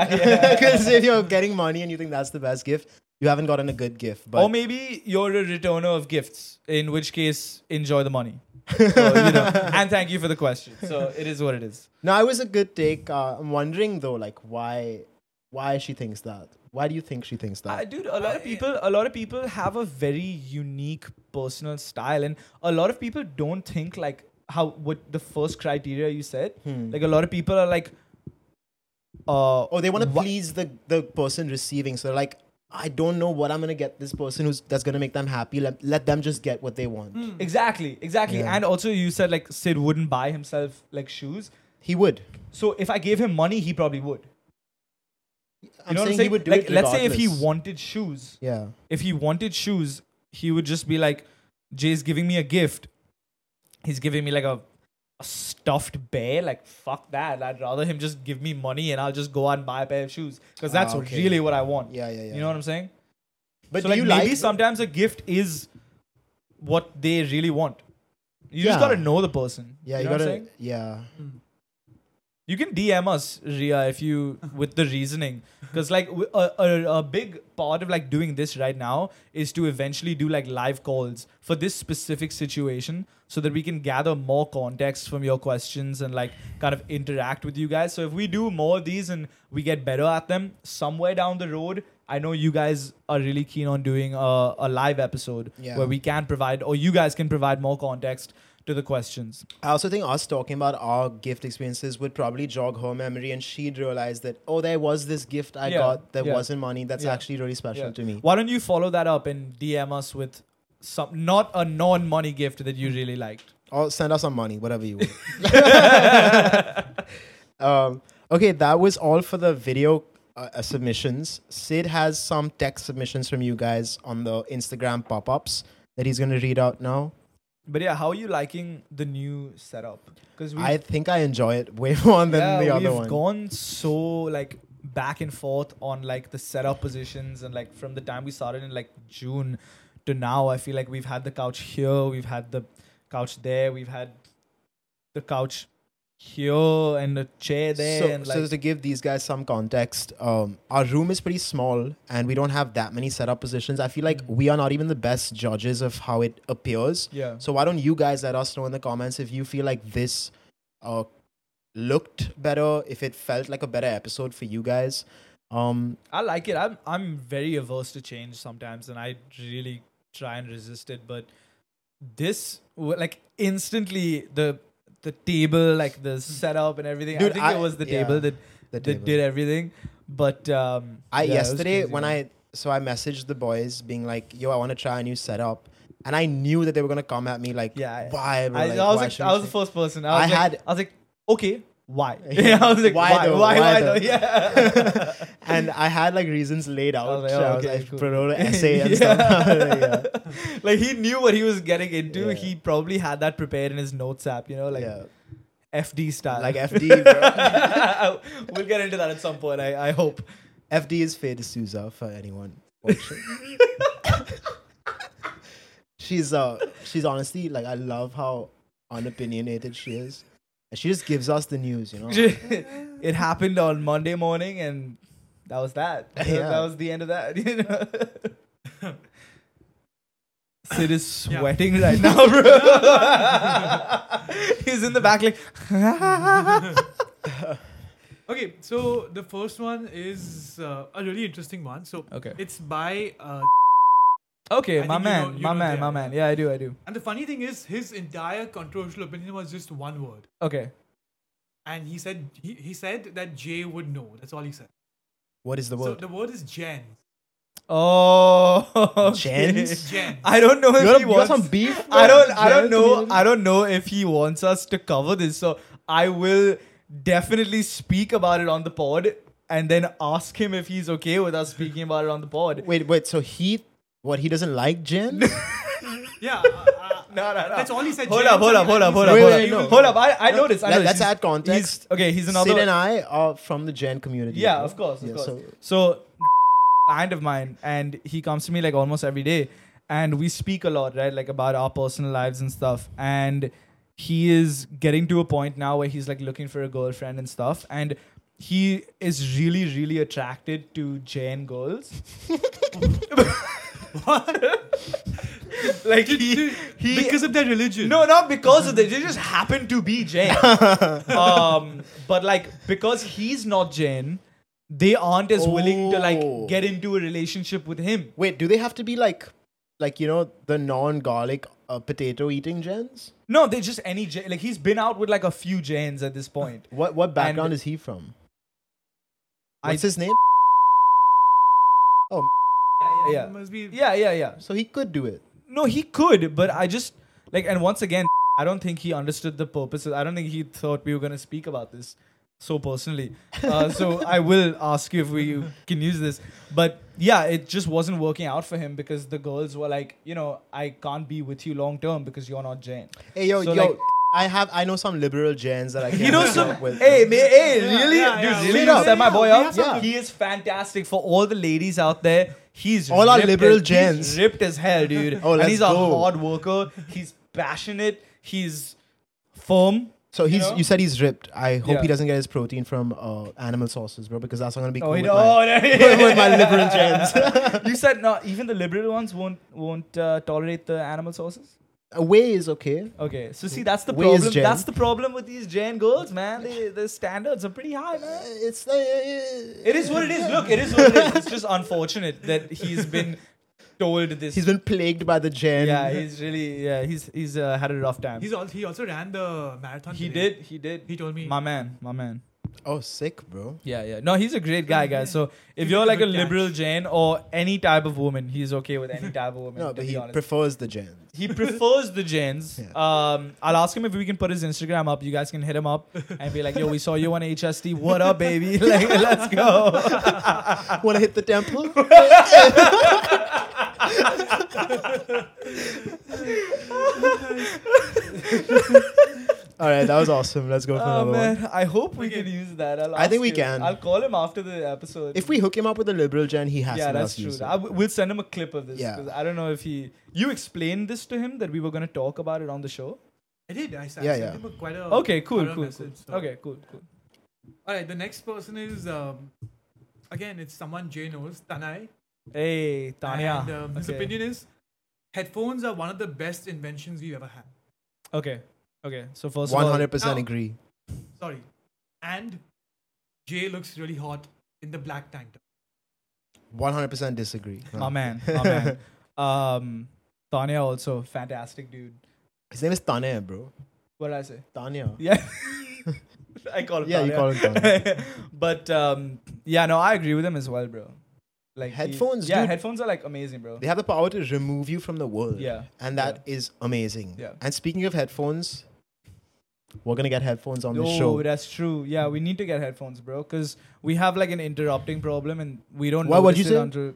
Speaker 1: Because if you're getting money and you think that's the best gift, you haven't gotten a good gift. But
Speaker 2: or maybe you're a returner of gifts, in which case, enjoy the money. So, you know, and thank you for the question. So it is what it is.
Speaker 1: no, it was a good take. Uh, I'm wondering though, like why, why she thinks that? Why do you think she thinks that?
Speaker 2: I, dude, a
Speaker 1: Oh,
Speaker 2: lot of people, a lot of people have a very unique personal style, and a lot of people don't think like how what the first criteria you said.
Speaker 1: Hmm.
Speaker 2: Like a lot of people are like, uh,
Speaker 1: or they want to
Speaker 2: wha-
Speaker 1: please the the person receiving. So they're like, I don't know what I'm gonna get this person who's that's gonna make them happy. Let, let them just get what they want.
Speaker 2: Hmm. Exactly, exactly.
Speaker 1: Hmm. Yeah.
Speaker 2: And also, you said like Sid wouldn't buy himself like shoes.
Speaker 1: He would.
Speaker 2: So if I gave him money, he probably would. You
Speaker 1: I'm
Speaker 2: know what
Speaker 1: saying
Speaker 2: I'm saying?
Speaker 1: he would do
Speaker 2: like,
Speaker 1: it
Speaker 2: let's say if he
Speaker 1: regardless.
Speaker 2: wanted shoes,
Speaker 1: Yeah.
Speaker 2: if he wanted shoes, he would just be like, Jay's giving me a gift. He's giving me like a, a stuffed bear. Like, fuck that. I'd rather him just give me money and I'll just go out and buy a pair of shoes. Because that's
Speaker 1: Ah, okay.
Speaker 2: really what I want.
Speaker 1: Yeah, yeah, yeah.
Speaker 2: You know what I'm saying?
Speaker 1: But
Speaker 2: so,
Speaker 1: do
Speaker 2: like,
Speaker 1: you
Speaker 2: maybe
Speaker 1: like
Speaker 2: sometimes a gift is what they really want. You just
Speaker 1: Yeah.
Speaker 2: gotta know the person.
Speaker 1: Yeah,
Speaker 2: you,
Speaker 1: you,
Speaker 2: know what I'm
Speaker 1: gotta.
Speaker 2: saying?
Speaker 1: Yeah.
Speaker 2: You can DM us, Ria, if you with the reasoning, because like w- a, a, a big part of like doing this right now is to eventually do like live calls for this specific situation, so that we can gather more context from your questions and like kind of interact with you guys. So if we do more of these and we get better at them, somewhere down the road, I know you guys are really keen on doing a, a live episode
Speaker 1: Yeah.
Speaker 2: where we can provide or you guys can provide more context to the questions.
Speaker 1: I also think us talking about our gift experiences would probably jog her memory, and she'd realize that oh, there was this gift I
Speaker 2: Yeah,
Speaker 1: got that
Speaker 2: yeah.
Speaker 1: wasn't money. That's
Speaker 2: Yeah.
Speaker 1: actually really special
Speaker 2: Yeah.
Speaker 1: to me.
Speaker 2: Why don't you follow that up and DM us with some not a non-money gift that you really liked?
Speaker 1: Or send us some money, whatever you want. um, okay, that was all for the video uh, uh, submissions. Sid has some text submissions from you guys on the Instagram pop-ups that he's going to read out now.
Speaker 2: But yeah, how are you liking the new setup? Because we
Speaker 1: I think I enjoy it way more than
Speaker 2: yeah,
Speaker 1: the
Speaker 2: we've
Speaker 1: other one.
Speaker 2: gone so like back and forth on like the setup positions and like from the time we started in like June to now, I feel like we've had the couch here, we've had the couch there, we've had the couch here and a chair there
Speaker 1: so,
Speaker 2: and like
Speaker 1: so to give these guys some context, um, our room is pretty small and we don't have that many setup positions. I feel like
Speaker 2: Mm.
Speaker 1: we are not even the best judges of how it appears.
Speaker 2: Yeah.
Speaker 1: So why don't you guys let us know in the comments if you feel like this uh, looked better, if it felt like a better episode for you guys. Um,
Speaker 2: I like it. I'm I'm very averse to change sometimes, and I really try and resist it, but this w- like instantly the the table, like the setup and everything. I
Speaker 1: Dude,
Speaker 2: think
Speaker 1: I-
Speaker 2: it was the
Speaker 1: yeah,
Speaker 2: table that
Speaker 1: the
Speaker 2: that
Speaker 1: table.
Speaker 2: did everything. But um
Speaker 1: I
Speaker 2: yeah, it was
Speaker 1: yesterday
Speaker 2: crazy,
Speaker 1: when
Speaker 2: man.
Speaker 1: I so I messaged the boys being like, "Yo, I want to try a new setup," and I knew that they were gonna come at me like,
Speaker 2: Yeah, yeah.
Speaker 1: why?" bro?
Speaker 2: I,
Speaker 1: Like,
Speaker 2: I was
Speaker 1: why
Speaker 2: like,
Speaker 1: should
Speaker 2: I
Speaker 1: we
Speaker 2: was the
Speaker 1: say-"
Speaker 2: first person. I,
Speaker 1: I
Speaker 2: was like,
Speaker 1: had-
Speaker 2: I was like, okay, why? Yeah, I was like,
Speaker 1: Why
Speaker 2: why, why,
Speaker 1: though?
Speaker 2: why,
Speaker 1: Why though?
Speaker 2: though? Yeah.
Speaker 1: and I had like reasons laid out.
Speaker 2: I was like,
Speaker 1: so
Speaker 2: oh,
Speaker 1: I was
Speaker 2: okay,
Speaker 1: like,
Speaker 2: cool.
Speaker 1: wrote an essay and stuff. yeah.
Speaker 2: yeah. like he knew what he was getting into.
Speaker 1: Yeah.
Speaker 2: He probably had that prepared in his notes app, you know, like
Speaker 1: yeah.
Speaker 2: FD style.
Speaker 1: Like FD, bro.
Speaker 2: we'll get into that at some point. I, I hope.
Speaker 1: FD is Faye D'Souza for anyone. watching. she's uh, she's honestly like I love how unopinionated she is. And she just gives us the news, you know.
Speaker 2: it happened on Monday morning, and that was that.
Speaker 1: Yeah.
Speaker 2: That was the end of that. You know. Sid is sweating right now, bro. He's in the back like.
Speaker 4: Okay, so the first one is uh, a really interesting one. So
Speaker 2: Okay.
Speaker 4: it's by, uh,
Speaker 2: okay,
Speaker 4: I
Speaker 2: my
Speaker 4: think you
Speaker 2: man,
Speaker 4: know- you
Speaker 2: my
Speaker 4: know
Speaker 2: man,
Speaker 4: them.
Speaker 2: my man. Yeah, I do, I do.
Speaker 4: and the funny thing is, his entire controversial opinion was just one word,
Speaker 2: Okay.
Speaker 4: and he said he, he said that Jay would know. That's all he said.
Speaker 1: What is the
Speaker 4: So
Speaker 1: word?
Speaker 4: the word is Jen.
Speaker 2: Oh, okay.
Speaker 1: Jens?
Speaker 4: Jen.
Speaker 2: I don't know if
Speaker 1: You got,
Speaker 2: he
Speaker 1: you got
Speaker 2: wants.
Speaker 1: some beef?
Speaker 2: I
Speaker 1: bro?
Speaker 2: don't. I don't
Speaker 1: Jens,
Speaker 2: know.
Speaker 1: man?
Speaker 2: I don't know if he wants us to cover this. So I will definitely speak about it on the pod, and then ask him if he's okay with us speaking about it on the pod.
Speaker 1: Wait, wait. So he, what? He doesn't like Jen?
Speaker 4: yeah. uh, uh,
Speaker 2: No, no, no.
Speaker 4: That's all he said.
Speaker 2: Hold
Speaker 4: Jen,
Speaker 2: up, hold
Speaker 4: so
Speaker 2: up,
Speaker 4: he-
Speaker 2: hold up, hold
Speaker 4: he said
Speaker 2: up,
Speaker 1: Wait,
Speaker 2: hold
Speaker 1: wait,
Speaker 2: up.
Speaker 1: no.
Speaker 2: Hold up. I, I noticed. I
Speaker 1: Let-
Speaker 2: noticed.
Speaker 1: let's
Speaker 2: He's-
Speaker 1: add context.
Speaker 2: he's- okay, he's another.
Speaker 1: Sid and I are from the Jen community.
Speaker 2: Yeah,
Speaker 1: bro.
Speaker 2: of course, of
Speaker 1: Yeah,
Speaker 2: course. So,
Speaker 1: so-
Speaker 2: client of mine, and he comes to me like almost every day, and we speak a lot, right? Like about our personal lives and stuff. And he is getting to a point now where he's like looking for a girlfriend and stuff, and he is really, really attracted to Jane girls. like he, he
Speaker 4: because of their religion.
Speaker 2: no, not because of that. They just happen to be Jain. um, but like because he's not Jain, they aren't as willing to
Speaker 1: Oh.
Speaker 2: like get into a relationship with him.
Speaker 1: Wait, do they have to be like, like you know, the non-garlic uh, potato eating gens?
Speaker 2: No, they just any Jain. Like he's been out with like a few Jains at this point.
Speaker 1: What what background
Speaker 2: And-
Speaker 1: is he from?
Speaker 2: I-
Speaker 1: What's his name? Oh,
Speaker 2: Yeah,
Speaker 4: Must be.
Speaker 2: yeah, yeah, yeah.
Speaker 1: so he could do it.
Speaker 2: No, he could, but I just like and once again, I don't think he understood the purpose. I don't think he thought we were gonna speak about this so personally. Uh, so I will ask you if we can use this, but yeah, it just wasn't working out for him because the girls were like, you know, I can't be with you long term because you're not Jane.
Speaker 1: Hey yo
Speaker 2: So,
Speaker 1: yo,
Speaker 2: like-
Speaker 1: I have I know some liberal gens that I can
Speaker 2: You know
Speaker 1: hook
Speaker 2: some
Speaker 1: up with.
Speaker 2: hey man, hey really
Speaker 4: yeah,
Speaker 2: dude
Speaker 4: yeah,
Speaker 2: really
Speaker 1: yeah,
Speaker 2: you set my
Speaker 4: yeah,
Speaker 2: boy
Speaker 4: we
Speaker 2: up
Speaker 4: have
Speaker 1: some-
Speaker 2: he is fantastic for all the ladies out there he's
Speaker 1: All our
Speaker 2: ripped
Speaker 1: liberal
Speaker 2: as- he's
Speaker 1: gents.
Speaker 2: ripped as hell dude
Speaker 1: Oh,
Speaker 2: and
Speaker 1: let's
Speaker 2: he's a
Speaker 1: go.
Speaker 2: hard worker he's passionate he's firm
Speaker 1: So he's you,
Speaker 2: know?
Speaker 1: said he's ripped. I hope
Speaker 2: Yeah.
Speaker 1: he doesn't get his protein from uh, animal sources, bro, because that's not gonna be cool
Speaker 2: oh, he,
Speaker 1: with,
Speaker 2: oh
Speaker 1: my,
Speaker 2: no.
Speaker 1: with my liberal gens.
Speaker 2: you said no even the liberal ones won't won't uh, tolerate the animal sources
Speaker 1: Way is okay.
Speaker 2: okay so see that's the
Speaker 1: Where is
Speaker 2: problem
Speaker 1: Jen?
Speaker 2: that's the problem with these Jain girls man they, the standards are pretty high man
Speaker 1: It's like
Speaker 2: It is what it is. Look, it is what it is. It's just unfortunate that he's been told this.
Speaker 1: He's been plagued by the gen.
Speaker 2: yeah, he's really yeah. He's he's uh, had a rough time.
Speaker 4: He's also, he also ran the marathon.
Speaker 2: he
Speaker 4: today.
Speaker 2: did. He did.
Speaker 4: He told me.
Speaker 2: My man. My man.
Speaker 1: Oh, sick, bro.
Speaker 2: Yeah, yeah. No, he's a great guy, guys. So if
Speaker 4: He's
Speaker 2: you're
Speaker 4: a
Speaker 2: like a
Speaker 4: good catch.
Speaker 2: liberal Jane or any type of woman, he's okay with any type of woman.
Speaker 1: No,
Speaker 2: to
Speaker 1: but
Speaker 2: be
Speaker 1: he
Speaker 2: honest.
Speaker 1: prefers the gens.
Speaker 2: he prefers the Jains. Um, I'll ask him if we can put his Instagram up. You guys can hit him up and be like, "Yo, we saw you on HST. What up, baby? Like, let's go."
Speaker 1: Wanna hit the temple? All right, that was awesome. Let's go for
Speaker 2: Oh
Speaker 1: another one.
Speaker 2: man, I hope we can use that. I'll
Speaker 1: I think
Speaker 2: ask
Speaker 1: we
Speaker 2: him.
Speaker 1: can.
Speaker 2: I'll call him after the episode.
Speaker 1: If we hook him up with a liberal gen, he has
Speaker 2: yeah,
Speaker 1: to let
Speaker 2: that's
Speaker 1: us
Speaker 2: true.
Speaker 1: use it.
Speaker 2: I w- we'll send him a clip of this.
Speaker 1: Yeah.
Speaker 2: 'cause I don't know if he. You explained this to him that we were gonna talk about it on the show.
Speaker 4: I did. I, s- I
Speaker 1: Yeah,
Speaker 4: sent
Speaker 1: yeah.
Speaker 4: him a, quite a.
Speaker 2: Okay, cool,
Speaker 4: quite a
Speaker 2: cool, cool.
Speaker 4: message, so-
Speaker 2: Okay, cool, cool.
Speaker 4: All right. The next person is um, again it's someone Jay knows, Tanai.
Speaker 2: Hey, Tanya.
Speaker 4: And, um, His
Speaker 2: okay.
Speaker 4: opinion is headphones are one of the best inventions we've ever had.
Speaker 2: Okay, okay. So first
Speaker 1: One
Speaker 2: of all,
Speaker 1: hundred percent
Speaker 4: Now-
Speaker 1: agree.
Speaker 4: Sorry. And Jay looks really hot in the black tank top.
Speaker 1: One hundred percent disagree.
Speaker 2: my man, my man. Um, Tanya also fantastic dude.
Speaker 1: His name is Tanya, bro.
Speaker 2: What did I say?
Speaker 1: Tanya.
Speaker 2: Yeah. I call it
Speaker 1: Yeah, you
Speaker 2: Tanya.
Speaker 1: call him Tanya.
Speaker 2: but um, yeah, no, I agree with him as well, bro. Like he-
Speaker 1: Headphones,
Speaker 2: yeah,
Speaker 1: dude.
Speaker 2: headphones are like amazing, bro.
Speaker 1: they have the power to remove you from the world.
Speaker 2: Yeah.
Speaker 1: And that is amazing.
Speaker 2: Yeah.
Speaker 1: And speaking of headphones, we're going to get headphones on the
Speaker 2: oh,
Speaker 1: show.
Speaker 2: that's true. Yeah, we need to get headphones, bro, because we have like an interrupting problem, and we don't.
Speaker 1: Wha- what'd
Speaker 2: notice
Speaker 1: you
Speaker 2: it
Speaker 1: say?
Speaker 2: Until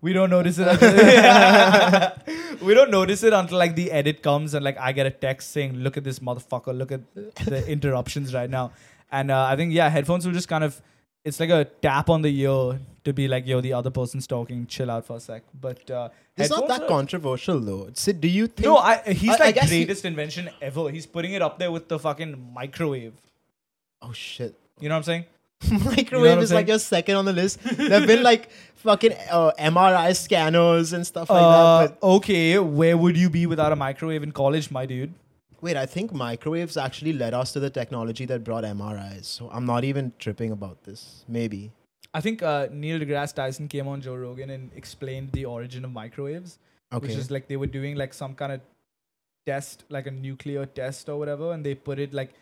Speaker 2: we don't notice it. Until we don't notice it until like the edit comes and like I get a text saying, "Look at this motherfucker! Look at the interruptions right now." And uh, I think yeah, headphones will just kind of it's like a tap on the ear to be like, "Yo, the other person's talking. Chill out for a sec." But uh,
Speaker 1: It's not
Speaker 2: headphones
Speaker 1: that
Speaker 2: are-
Speaker 1: controversial, though. Sid, do you think.
Speaker 2: no, I, he's
Speaker 1: I- I
Speaker 2: like
Speaker 1: guess he-
Speaker 2: greatest invention ever. He's putting it up there with the fucking microwave.
Speaker 1: Oh, shit.
Speaker 2: You know what I'm saying?
Speaker 1: Microwave
Speaker 2: I'm
Speaker 1: is like
Speaker 2: saying?
Speaker 1: your second on the list. There have been like fucking uh, MRI scanners and stuff like
Speaker 2: Uh,
Speaker 1: that. But
Speaker 2: okay, where would you be without a microwave in college, my dude?
Speaker 1: wait, I think microwaves actually led us to the technology that brought MRIs. So I'm not even tripping about this. Maybe.
Speaker 2: I think uh, Neil deGrasse Tyson came on Joe Rogan and explained the origin of microwaves,
Speaker 1: Okay.
Speaker 2: which is like they were doing like some kind of test, like a nuclear test or whatever, and they put it like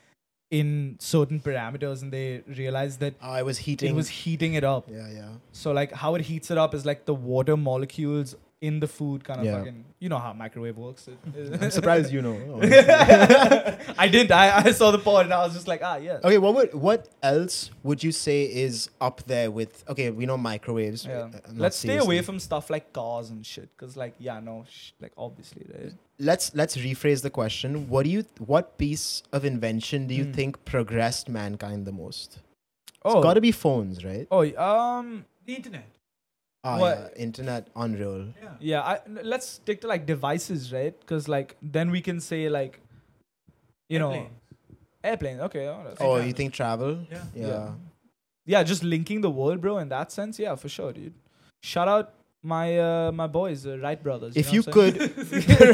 Speaker 2: in certain parameters, and they realized that
Speaker 1: oh, it was heating.
Speaker 2: it was heating it up.
Speaker 1: yeah, yeah.
Speaker 2: So like how it heats it up is like the water molecules in the food kind of
Speaker 1: Yeah.
Speaker 2: fucking you know how microwave works. It-
Speaker 1: I'm surprised you know.
Speaker 2: I didn't. I, I saw the pod and I was just like, ah yeah.
Speaker 1: Okay, what would what else would you say is up there with? Okay, we know microwaves.
Speaker 2: Yeah.
Speaker 1: uh, not
Speaker 2: Let's stay away
Speaker 1: seriously.
Speaker 2: from stuff like cars and shit. Cause like, yeah, no, sh- like obviously, right?
Speaker 1: Let's let's rephrase the question. What do you? What piece of invention do you
Speaker 2: Hmm.
Speaker 1: think progressed mankind the most?
Speaker 2: Oh,
Speaker 1: It's got to be phones, right?
Speaker 2: oh, um,
Speaker 4: The internet.
Speaker 1: Ah,
Speaker 2: What-
Speaker 1: yeah, internet unreal.
Speaker 4: Yeah.
Speaker 2: yeah. I, n- let's stick to like devices, right? Cause like then we can say like, you know,
Speaker 4: Airplane.
Speaker 2: airplane. Okay. Oh, that's-
Speaker 1: Oh,
Speaker 4: travel.
Speaker 1: you think travel?
Speaker 4: Yeah.
Speaker 1: Yeah.
Speaker 2: yeah, just linking the world, bro. In that sense, yeah, for sure, dude. Shout out my uh, my boys, uh, Wright brothers.
Speaker 1: If
Speaker 2: know
Speaker 1: you
Speaker 2: what I'm
Speaker 1: could, right,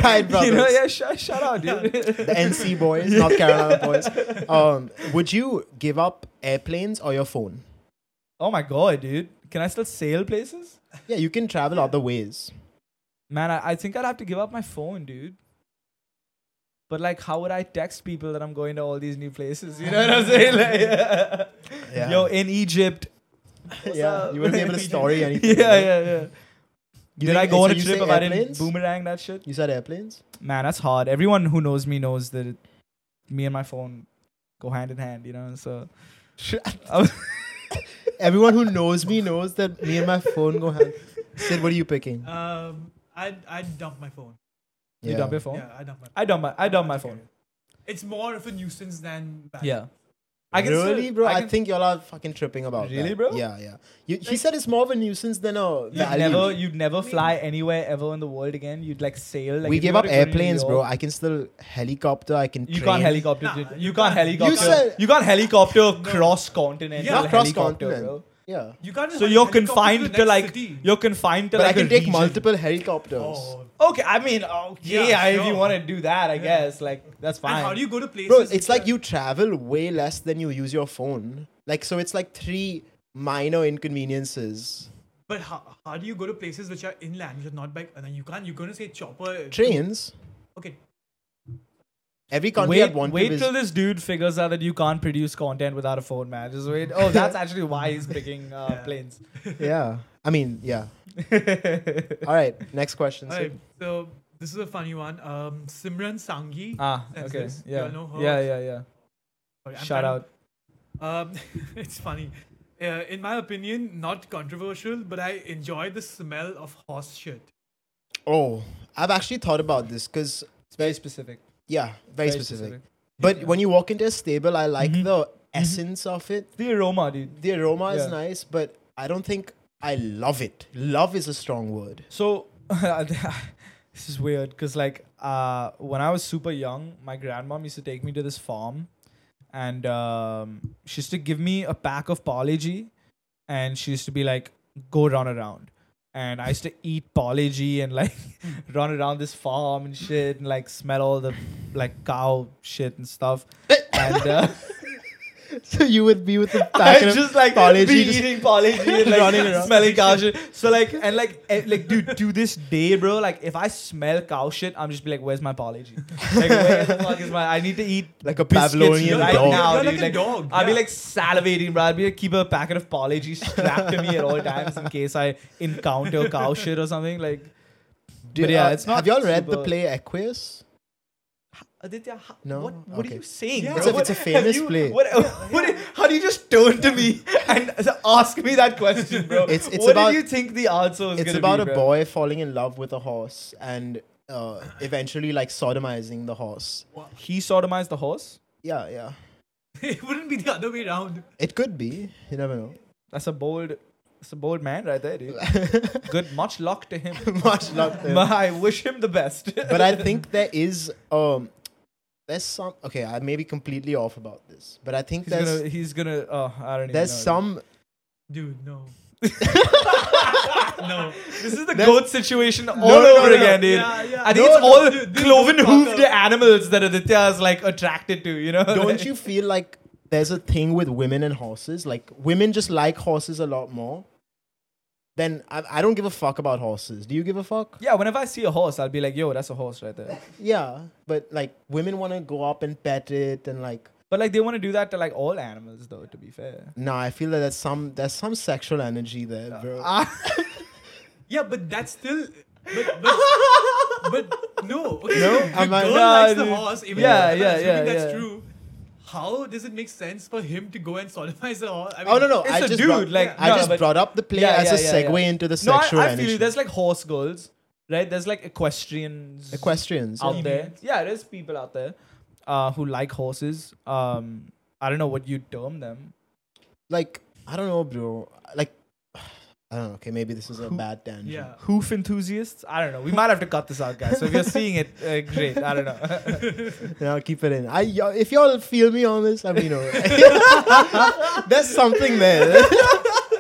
Speaker 2: saying?
Speaker 1: brothers?
Speaker 2: you know, yeah, sh- shout out, dude.
Speaker 1: The NC boys, North Carolina boys. Um, would you give up airplanes or your phone?
Speaker 2: oh my god, dude, can I still sail places?
Speaker 1: Yeah, you can travel other ways.
Speaker 2: Man, I, I think I'd have to give up my phone, dude. But like, how would I text people that I'm going to all these new places? You know what I'm saying? Like,
Speaker 1: Yeah.
Speaker 2: yo, in Egypt. What's
Speaker 1: yeah,
Speaker 2: up?
Speaker 1: you wouldn't be able to story anything.
Speaker 2: yeah,
Speaker 1: right?
Speaker 2: yeah, yeah.
Speaker 1: You
Speaker 2: Did
Speaker 1: think-
Speaker 2: I go
Speaker 1: so
Speaker 2: on a
Speaker 1: you
Speaker 2: trip
Speaker 1: say
Speaker 2: if I didn't
Speaker 1: airplanes?
Speaker 2: boomerang that shit?
Speaker 1: You said airplanes?
Speaker 2: man, that's hard. Everyone who knows me knows that it, me and my phone go hand in hand, you know. So
Speaker 1: Everyone who knows me knows that me and my phone go hand. Sid, what are you picking?
Speaker 4: Um, I'd, I'd dump my phone.
Speaker 2: Uh, you dump your phone.
Speaker 4: Yeah, I dump my
Speaker 2: I dump my I dump my phone.
Speaker 4: It's more of a nuisance than bad.
Speaker 2: Yeah,
Speaker 1: really,
Speaker 2: still-
Speaker 1: bro? I,
Speaker 2: can-
Speaker 1: think y'all are fucking tripping about
Speaker 2: Really,
Speaker 1: that.
Speaker 2: bro?
Speaker 1: Yeah, yeah. You, he said it's more of a nuisance than a
Speaker 2: You'd
Speaker 1: value.
Speaker 2: never, you'd never fly anywhere ever in the world again. You'd like sail. Like,
Speaker 1: we
Speaker 2: if you
Speaker 1: gave
Speaker 2: were
Speaker 1: up
Speaker 2: to go to New
Speaker 1: airplanes, bro.
Speaker 2: York-
Speaker 1: I can still helicopter. I can.
Speaker 2: You
Speaker 1: train.
Speaker 2: can't helicopter.
Speaker 4: Nah,
Speaker 2: dude.
Speaker 4: you
Speaker 2: you can't
Speaker 4: can't.
Speaker 2: helicopter. You,
Speaker 1: said-
Speaker 2: can't helicopter cross continent.
Speaker 4: Yeah,
Speaker 1: cross
Speaker 2: helicopter,
Speaker 1: continent.
Speaker 2: bro.
Speaker 1: Yeah,
Speaker 4: You can't.
Speaker 2: So you're confined to, like
Speaker 4: City.
Speaker 2: you're confined to
Speaker 1: but
Speaker 2: like
Speaker 1: I can
Speaker 2: a
Speaker 1: take
Speaker 2: region.
Speaker 1: multiple helicopters.
Speaker 4: Oh.
Speaker 2: Okay, I mean, okay,
Speaker 4: Yeah,
Speaker 2: I- if
Speaker 4: sure.
Speaker 2: you want to do that, I
Speaker 4: Yeah.
Speaker 2: guess like that's fine.
Speaker 4: And how do you go to places?
Speaker 1: Bro, it's like
Speaker 4: which
Speaker 1: you travel way less than you use your phone. Like, so it's like three minor inconveniences.
Speaker 4: are- But how, how do you go to places which are inland, which are not by? And then you can't. You're gonna say chopper.
Speaker 1: Trains.
Speaker 4: Okay.
Speaker 1: Every country
Speaker 2: wait,
Speaker 1: I'd want
Speaker 2: wait
Speaker 1: to visit.
Speaker 2: till this dude figures out that you can't produce content without a phone, man. Just wait. Oh, that's actually why he's picking uh,
Speaker 4: Yeah.
Speaker 2: planes.
Speaker 1: yeah. I mean, yeah. All right. Next question.
Speaker 4: All
Speaker 1: Sid.
Speaker 4: right. So this is a funny one. Um, Simran Sanghi.
Speaker 2: ah,
Speaker 4: That's
Speaker 2: okay,
Speaker 4: this. You
Speaker 2: yeah,
Speaker 4: all know her.
Speaker 2: yeah, yeah, yeah.
Speaker 4: Sorry, I'm
Speaker 2: Shout
Speaker 4: trying-
Speaker 2: out.
Speaker 4: Um, it's funny. Uh, in my opinion, not controversial, but I enjoy the smell of horse shit.
Speaker 1: Oh, I've actually thought about this because
Speaker 2: It's very specific.
Speaker 1: yeah, very, specific. Mm-hmm. But when you walk into a stable, I like the essence of it.
Speaker 2: The aroma, dude.
Speaker 1: The aroma
Speaker 2: Yeah.
Speaker 1: is nice, but I don't think I love it. Love is a strong word.
Speaker 2: So this is weird because like uh, when I was super young, my grandmom used to take me to this farm, and um, she used to give me a pack of Parle-G, and she used to be like, "Go run around." And I used to eat Parle-G and like run around this farm and shit and like smell all the like cow shit and stuff. and uh,
Speaker 1: so you would be with the
Speaker 2: I
Speaker 1: packet of
Speaker 2: just like
Speaker 1: Polly
Speaker 2: be
Speaker 1: G just-
Speaker 2: eating Polly G and like
Speaker 1: running around.
Speaker 2: smelling cow shit. So like and like eh, like dude to this day, bro. Like if I smell cow shit, I'm just be like, where's my Polly G? Like where the fuck is my? I need to eat
Speaker 1: like a
Speaker 2: biscuits
Speaker 1: Pavlovian
Speaker 2: right
Speaker 1: dog.
Speaker 2: now,
Speaker 4: You're
Speaker 2: dude.
Speaker 4: like a dog,
Speaker 2: I'll be
Speaker 4: yeah.
Speaker 2: like salivating, bro. I'll be like keep a packet of Polly G strapped to me at all times in case I encounter cow shit or something. Like
Speaker 1: Dude,
Speaker 2: But yeah,
Speaker 1: uh,
Speaker 2: it's not
Speaker 1: Have y'all read the
Speaker 2: super-
Speaker 1: play Equus?
Speaker 2: Aditya, ha-
Speaker 1: No?
Speaker 2: what, what
Speaker 1: Okay.
Speaker 2: are you saying?
Speaker 4: Yeah.
Speaker 2: bro?
Speaker 4: It's a-
Speaker 2: What-
Speaker 1: it's a famous
Speaker 2: have you-
Speaker 1: play.
Speaker 2: What, what- how do you just turn to me and ask me that question, bro?
Speaker 1: It's- it's
Speaker 2: what
Speaker 1: about-
Speaker 2: did you think the answer was
Speaker 1: It's
Speaker 2: gonna
Speaker 1: about
Speaker 2: be,
Speaker 1: a
Speaker 2: bro?
Speaker 1: boy falling in love with a horse and uh, eventually like sodomizing the horse.
Speaker 2: He sodomized the horse.
Speaker 1: Yeah, yeah.
Speaker 4: it wouldn't be the other way around.
Speaker 1: It could be. You never know.
Speaker 2: That's a bold, that's a bold man right there, dude. Good, much luck to him.
Speaker 1: Much luck. There.
Speaker 2: I wish him the best.
Speaker 1: but I think there is um there's some okay, I may be completely off about this. But I think
Speaker 2: he's
Speaker 1: there's
Speaker 2: gonna, he's gonna. Oh, I don't. even
Speaker 1: there's
Speaker 2: know, dude.
Speaker 1: some
Speaker 4: Dude, no. no.
Speaker 2: This is the
Speaker 1: there's-
Speaker 2: goat situation all
Speaker 1: no, no,
Speaker 2: over
Speaker 1: no.
Speaker 2: again, dude.
Speaker 4: Yeah, yeah.
Speaker 2: I think
Speaker 4: No,
Speaker 2: it's
Speaker 4: no,
Speaker 2: all
Speaker 4: dude, this
Speaker 2: cloven
Speaker 4: is fucked
Speaker 2: hooved
Speaker 4: up.
Speaker 2: animals that Aditya is like attracted to. You know?
Speaker 1: don't you feel like there's a thing with women and horses? Like women just like horses a lot more. Then I, I don't give a fuck about horses. Do you give a fuck?
Speaker 2: Yeah, whenever I see a horse, I'll be like, yo, that's a horse right there.
Speaker 1: Yeah, but like women want to go up and pet it and like
Speaker 2: But like they want to do that to like all animals though, to be fair.
Speaker 1: nah, I feel that there's some there's some sexual energy there, bro.
Speaker 2: Ah,
Speaker 4: Yeah, but that's still. But, but, but no. Okay,
Speaker 1: No?
Speaker 4: The
Speaker 1: Am I-
Speaker 4: girl
Speaker 1: Nah,
Speaker 4: likes the
Speaker 2: dude.
Speaker 4: horse. Even
Speaker 2: Yeah,
Speaker 4: if-
Speaker 2: yeah,
Speaker 4: assuming
Speaker 2: yeah,
Speaker 4: That's
Speaker 2: yeah.
Speaker 4: true. How does it make sense for him to go and sodomize the horse? I mean,
Speaker 1: oh no no,
Speaker 2: It's
Speaker 1: I
Speaker 2: a
Speaker 1: just
Speaker 2: dude,
Speaker 1: brought,
Speaker 2: like,
Speaker 1: I
Speaker 2: no,
Speaker 1: just
Speaker 2: but-
Speaker 1: brought up the play as a segue into the
Speaker 2: no,
Speaker 1: sexual
Speaker 2: I, I feel
Speaker 1: energy.
Speaker 2: you. There's like horse girls, right? There's like equestrians
Speaker 1: Equestrians.
Speaker 2: out
Speaker 1: yeah.
Speaker 2: there. Yeah, there's people out there uh, who like horses. Um, I don't know what you term them.
Speaker 1: like I don't know, bro. Like I don't know. Okay, maybe this is a bad tangent.
Speaker 4: Yeah.
Speaker 2: Hoof enthusiasts? I don't know. We might have to cut this out, guys. So if you're seeing it, uh, great. I don't know.
Speaker 1: Yeah, I'll keep it in. I y'all- if y'all feel me on this, I mean, you know, there's something there.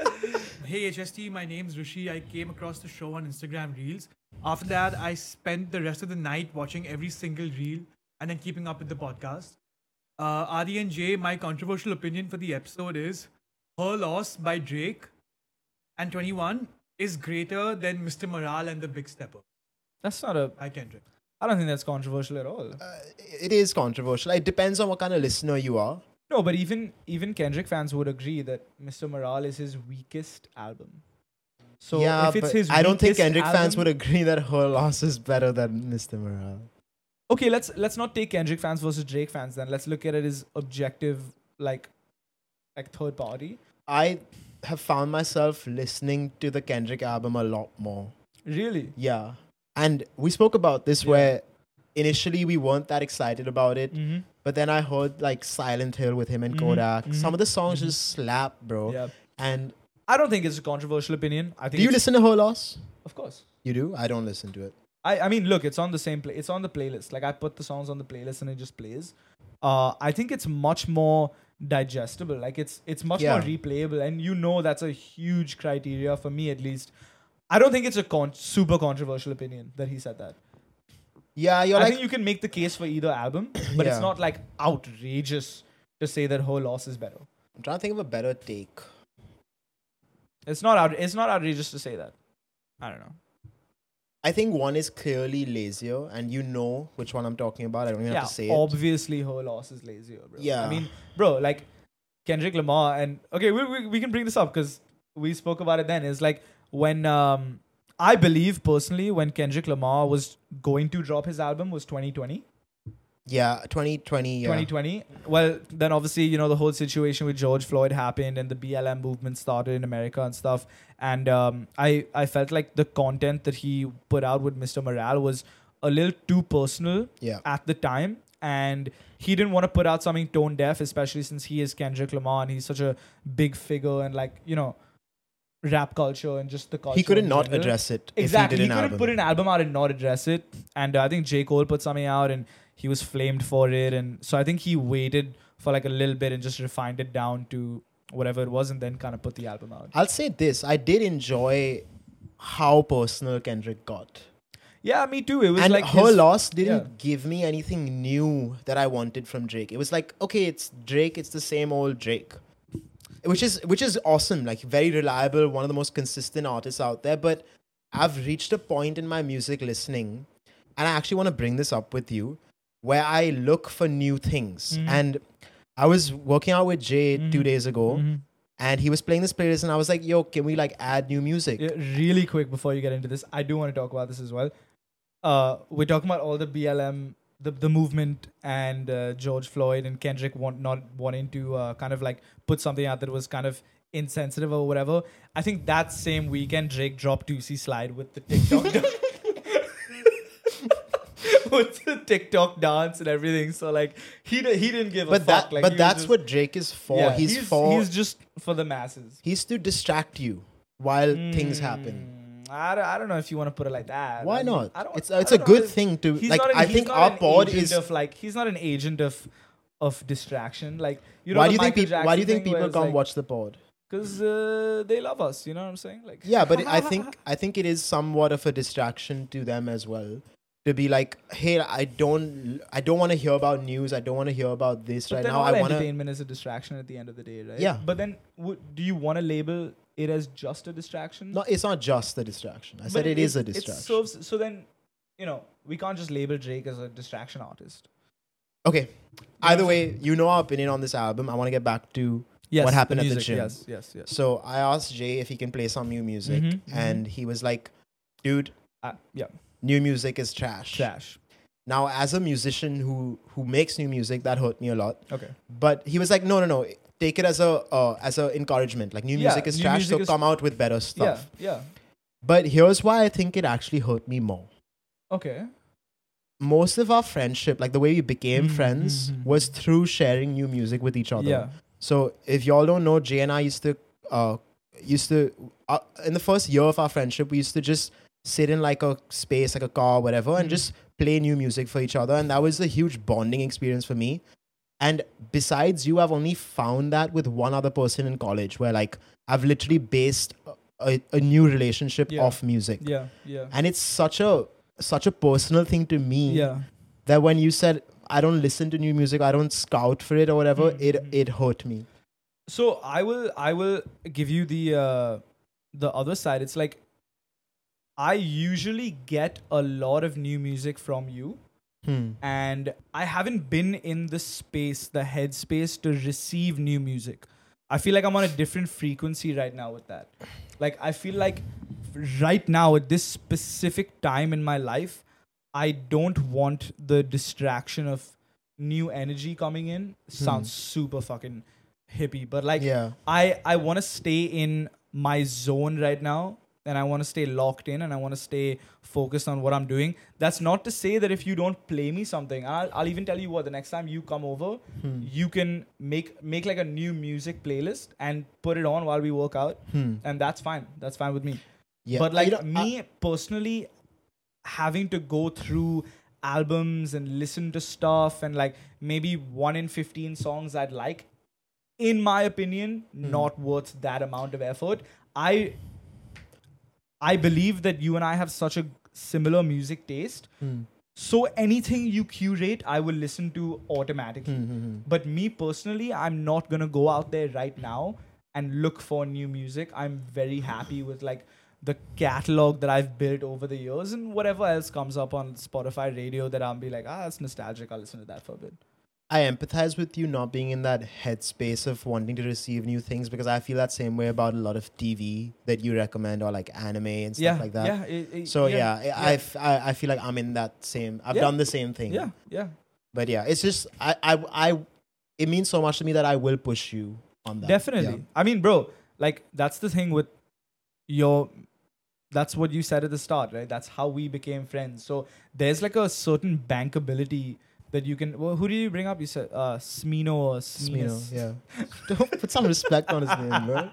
Speaker 4: Hey HST, my name's Rishi. I came across the show on Instagram Reels. After that, I spent the rest of the night watching every single reel and then keeping up with the podcast. Uh, Adi and Jay, my controversial opinion for the episode is Her Loss by Drake and 21 is greater than Mr. Morale and the Big Stepper
Speaker 2: that's not a.
Speaker 4: by Kendrick.
Speaker 2: I don't think that's controversial at all.
Speaker 1: It is controversial. It depends on what kind of listener you are.
Speaker 2: No, but even even Kendrick fans would agree that Mr. Morale is his weakest album. So
Speaker 1: yeah,
Speaker 2: if it's
Speaker 1: uh, but
Speaker 2: his,
Speaker 1: I don't think
Speaker 2: weakest
Speaker 1: Kendrick fans
Speaker 2: album-
Speaker 1: would agree that her loss is better than Mr. Morale.
Speaker 2: Okay, let's let's not take Kendrick fans versus Drake fans. Then let's look at it as objective, like like third party.
Speaker 1: I have found myself listening to the Kendrick album a lot more.
Speaker 2: Really?
Speaker 1: Yeah. And we spoke about this
Speaker 2: Yeah.
Speaker 1: where initially we weren't that excited about it.
Speaker 2: Mm-hmm.
Speaker 1: But then I heard like Silent Hill with him and
Speaker 2: Mhm,
Speaker 1: Kodak. Some of the songs
Speaker 2: mhm.
Speaker 1: just slap, bro.
Speaker 2: Yeah.
Speaker 1: And
Speaker 2: I don't think it's a controversial opinion. I think
Speaker 1: do you
Speaker 2: it's-
Speaker 1: listen to Her Loss?
Speaker 2: Of course.
Speaker 1: You do? I don't listen to it.
Speaker 2: I, I mean, look, it's on the same play. It's on the playlist. Like I put the songs on the playlist and it just plays. Uh, I think it's much more digestible. Like it's it's much more
Speaker 1: Yeah.
Speaker 2: replayable, and you know that's a huge criteria for me at least. I don't think it's a con- super controversial opinion that he said that.
Speaker 1: Yeah, you're
Speaker 2: I
Speaker 1: like
Speaker 2: think you can make the case for either album, but
Speaker 1: Yeah.
Speaker 2: it's not like outrageous to say that whole loss is better.
Speaker 1: I'm trying to think of a better take.
Speaker 2: It's not out. It's not outrageous to say that. I don't know.
Speaker 1: I think one is clearly lazier, and you know which one I'm talking about. I don't even
Speaker 2: yeah,
Speaker 1: have to say it.
Speaker 2: obviously her loss is lazier, bro.
Speaker 1: Yeah.
Speaker 2: I mean, bro, like Kendrick Lamar and okay, we we, we can bring this up because we spoke about it then. Is like when um I believe personally when Kendrick Lamar was going to drop his album was 2020.
Speaker 1: Yeah, 2020. Yeah.
Speaker 2: 2020. Well, then obviously, you know, the whole situation with George Floyd happened and the BLM movement started in America and stuff. And um, I, I felt like the content that he put out with Mr. Morale was a little too personal
Speaker 1: Yeah.
Speaker 2: at the time. And he didn't want to put out something tone deaf, especially since he is Kendrick Lamar and he's such a big figure and, like, you know, rap culture and just the culture.
Speaker 1: He couldn't
Speaker 2: in
Speaker 1: not
Speaker 2: general.
Speaker 1: address it
Speaker 2: Exactly.
Speaker 1: if
Speaker 2: He,
Speaker 1: he did an
Speaker 2: couldn't
Speaker 1: album.
Speaker 2: put an album out and not address it. And uh, I think J. Cole put something out and he was flamed for it. And so I think he waited for like a little bit and just refined it down to whatever it was and then kind of put the album out.
Speaker 1: I'll say this: I did enjoy how personal Kendrick got.
Speaker 2: Yeah, me too. It was
Speaker 1: and
Speaker 2: like
Speaker 1: her
Speaker 2: his-
Speaker 1: loss didn't
Speaker 2: yeah.
Speaker 1: give me anything new that I wanted from Drake. It was like, okay, it's Drake, it's the same old Drake. Which is which is awesome, like very reliable, one of the most consistent artists out there. But I've reached a point in my music listening, and I actually want to bring this up with you, where I look for new things.
Speaker 2: Mm-hmm.
Speaker 1: And I was working out with Jay two days ago,
Speaker 2: Mm-hmm.
Speaker 1: and he was playing this playlist, and I was like, yo, can we like add new music?
Speaker 2: Yeah, really quick before you get into this, I do want to talk about this as well. Uh, we're talking about all the BLM, the, the movement, and uh, George Floyd and Kendrick want, not wanting to uh, kind of like put something out that was kind of insensitive or whatever. I think that same weekend, Drake dropped Juicy Slide with the TikTok. dance- With the TikTok dance and everything, so like he di- he didn't give a
Speaker 1: But
Speaker 2: fuck.
Speaker 1: that
Speaker 2: like, he
Speaker 1: but
Speaker 2: was
Speaker 1: that's
Speaker 2: just-
Speaker 1: what Drake is for.
Speaker 2: yeah,
Speaker 1: he's, for
Speaker 2: he's just for the masses.
Speaker 1: He's to distract you while things happen.
Speaker 2: Hmm, I don't, I don't know if you want to put it like that.
Speaker 1: Why
Speaker 2: Hmm. I mean,
Speaker 1: not?
Speaker 2: I don't,
Speaker 1: It's-
Speaker 2: I
Speaker 1: it's a
Speaker 2: don't know
Speaker 1: good
Speaker 2: if-
Speaker 1: thing to-
Speaker 2: he's
Speaker 1: like,
Speaker 2: not an-
Speaker 1: I
Speaker 2: he's
Speaker 1: think
Speaker 2: not
Speaker 1: our
Speaker 2: an
Speaker 1: pod
Speaker 2: agent
Speaker 1: is-
Speaker 2: of like he's not an agent of of distraction. Like you know
Speaker 1: why
Speaker 2: the
Speaker 1: do you think
Speaker 2: Michael
Speaker 1: people? Why do you
Speaker 2: Jackson
Speaker 1: think
Speaker 2: thing where
Speaker 1: people
Speaker 2: it's
Speaker 1: come
Speaker 2: like,
Speaker 1: watch the pod?
Speaker 2: Because uh, they love us. You know what I'm saying? Like
Speaker 1: Yeah, but it- I think I think it is somewhat of a distraction to them as well. To be like, hey, I don't, I don't want to hear about news. I don't want to hear about this
Speaker 2: But
Speaker 1: right
Speaker 2: then
Speaker 1: now.
Speaker 2: all
Speaker 1: I want to.
Speaker 2: entertainment is a distraction at the end of the day, right?
Speaker 1: Yeah.
Speaker 2: But then w- do you want to label it as just a distraction?
Speaker 1: No, it's not just the distraction. I
Speaker 2: But
Speaker 1: said it is a
Speaker 2: It
Speaker 1: distraction.
Speaker 2: serves, so then, you know, we can't just label Drake as a distraction artist.
Speaker 1: Okay. Either way, you know our opinion on this album. I want to get back to
Speaker 2: Yes,
Speaker 1: what happened at the
Speaker 2: music,
Speaker 1: gym.
Speaker 2: Yes, yes, yes.
Speaker 1: So I asked Jay if he can play some new music,
Speaker 2: Mhm, mhm.
Speaker 1: and he was like, "Dude,
Speaker 2: Uh, yeah,
Speaker 1: new music is trash."
Speaker 2: trash.
Speaker 1: Now, as a musician who who makes new music, that hurt me a lot.
Speaker 2: Okay.
Speaker 1: But he was like, no, no, no. Take it as a uh, as an encouragement. Like new
Speaker 2: Yeah,
Speaker 1: music is
Speaker 2: new
Speaker 1: trash,
Speaker 2: music
Speaker 1: so
Speaker 2: is-
Speaker 1: come out with better stuff.
Speaker 2: Yeah,
Speaker 1: But here's why I think it actually hurt me more.
Speaker 2: yeah. Okay.
Speaker 1: Most of our friendship, like the way we became
Speaker 2: Mm,
Speaker 1: friends, was through sharing new music with each other.
Speaker 2: Yeah.
Speaker 1: So if y'all don't know, Jay and I used to, uh, used to, uh, in the first year of our friendship, we used to just sit in like a space, like a car, whatever,
Speaker 2: Hmm.
Speaker 1: and just play new music for each other. And that was a huge bonding experience for me. And besides you, I've only found that with one other person in college, where like I've literally based a- a, a new relationship
Speaker 2: Yeah.
Speaker 1: off music.
Speaker 2: Yeah, yeah.
Speaker 1: And it's such a such a personal thing to me
Speaker 2: Yeah.
Speaker 1: that when you said I don't listen to new music, I don't scout for it or
Speaker 2: Hmm.
Speaker 1: whatever, it it hurt me.
Speaker 2: So I will I will give you the uh the other side. It's like I usually get a lot of new music from you.
Speaker 1: Hmm.
Speaker 2: and I haven't been in the space, the headspace to receive new music. I feel like I'm on a different frequency right now with that. Like I feel like right now at this specific time in my life, I don't want the distraction of new energy coming in. Sounds super fucking hippie, but like
Speaker 1: Yeah.
Speaker 2: I I want to stay in my zone right now and I want to stay locked in and I want to stay focused on what I'm doing. That's not to say that if you don't play me something, I'll, I'll even tell you what the next time you come over,
Speaker 1: Hmm.
Speaker 2: you can make make like a new music playlist and put it on while we work out and that's fine. That's fine with me.
Speaker 1: Hmm. Yeah.
Speaker 2: But like
Speaker 1: You know, I-
Speaker 2: me personally, having to go through albums and listen to stuff and like maybe one in fifteen songs I'd like, in my opinion,
Speaker 1: Hmm.
Speaker 2: not worth that amount of effort. I I believe that you and I have such a similar music taste.
Speaker 1: Hmm.
Speaker 2: So anything you curate, I will listen to automatically.
Speaker 1: Hmm,
Speaker 2: But me personally, I'm not gonna go out there right now and look for new music. I'm very happy with like the catalog that I've built over the years and whatever else comes up on Spotify radio that I'll be like, ah, it's nostalgic. I'll listen to that for a bit.
Speaker 1: I empathize with you not being in that headspace of wanting to receive new things because I feel that same way about a lot of TV that you recommend or like anime and stuff
Speaker 2: yeah,
Speaker 1: like that.
Speaker 2: Yeah. it- it-
Speaker 1: So yeah, I-
Speaker 2: yeah.
Speaker 1: I, f- I- I feel like I'm in that same. I've
Speaker 2: Yeah.
Speaker 1: done the same thing.
Speaker 2: yeah, yeah.
Speaker 1: But yeah, it's just I I I. It means so much to me that I will push you on that.
Speaker 2: Definitely. I mean, bro, like that's the thing with your that's what you said at the start, right? That's how we became friends. So there's like a certain bankability that you can well, who do you bring up? You said uh Smino or Sminos.
Speaker 1: Smino, yeah. Don't put some respect on his name, bro.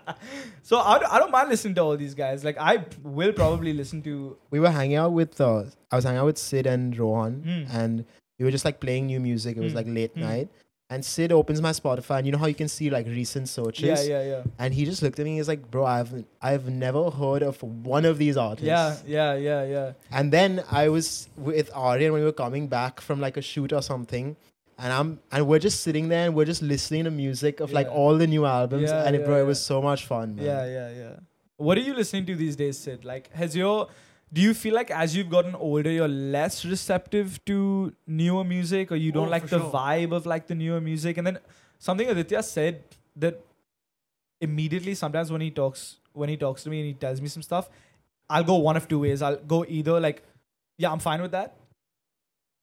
Speaker 2: So I don't, I don't mind listening to all these guys. Like I will probably listen to
Speaker 1: we were hanging out with uh, I was hanging out with Sid and Rohan
Speaker 2: Mm.
Speaker 1: and we were just like playing new music. It was
Speaker 2: Mm.
Speaker 1: like late
Speaker 2: Mm.
Speaker 1: night. And Sid opens my Spotify, and you know how you can see like recent
Speaker 2: Yeah,
Speaker 1: searches.
Speaker 2: yeah, yeah.
Speaker 1: And he just looked at me. He's like, "Bro, I've I've never heard of one of these artists."
Speaker 2: Yeah, yeah, yeah, yeah.
Speaker 1: And then I was with Aryan when we were coming back from like a shoot or something. And I'm and we're just sitting there and we're just listening to music of like
Speaker 2: Yeah.
Speaker 1: all the new albums.
Speaker 2: Yeah,
Speaker 1: and it,
Speaker 2: yeah,
Speaker 1: bro,
Speaker 2: yeah.
Speaker 1: it was so much fun. Man.
Speaker 2: Yeah, yeah, yeah. What are you listening to these days, Sid? Like, has your do you feel like as you've gotten older, you're less receptive to newer music, or you don't
Speaker 4: Oh,
Speaker 2: like
Speaker 4: for
Speaker 2: the
Speaker 4: sure.
Speaker 2: vibe of like the newer music? And then something Aditya said that immediately, sometimes when he talks when he talks to me and he tells me some stuff, I'll go one of two ways. I'll go either like, yeah, I'm fine with that,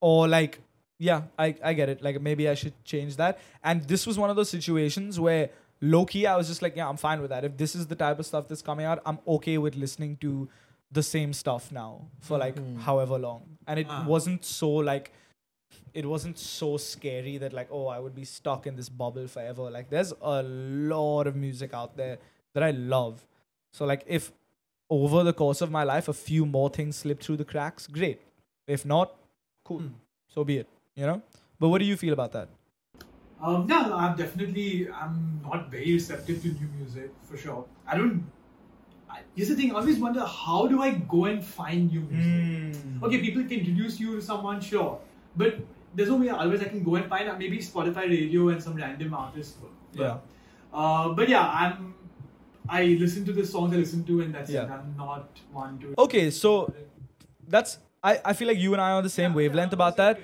Speaker 2: or like, yeah, I I get it. Like maybe I should change that. And this was one of those situations where low key I was just like, yeah, I'm fine with that. If this is the type of stuff that's coming out, I'm okay with listening to the same stuff now for like
Speaker 1: Mhm.
Speaker 2: however long. And it
Speaker 4: Ah.
Speaker 2: wasn't so like it wasn't so scary that like oh I would be stuck in this bubble forever. Like there's a lot of music out there that I love. So like if over the course of my life a few more things slip through the cracks, great. If not, cool.
Speaker 4: Hmm.
Speaker 2: So be it. You know? But what do you feel about that?
Speaker 4: Um, no, I'm definitely I'm not very receptive to new music for sure. I don't. I, here's the thing: I always wonder how do I go and find new music?
Speaker 2: Hmm.
Speaker 4: Okay, people can introduce you to someone, sure, but there's no way always I can go and find out maybe Spotify Radio and some random artist. But,
Speaker 2: Yeah.
Speaker 4: Uh, but yeah, I'm. I listen to the songs I listen to, and that's it.
Speaker 2: Yeah.
Speaker 4: I'm not one to.
Speaker 2: Okay, so that's I, I feel like you and I are on the same wavelength about that.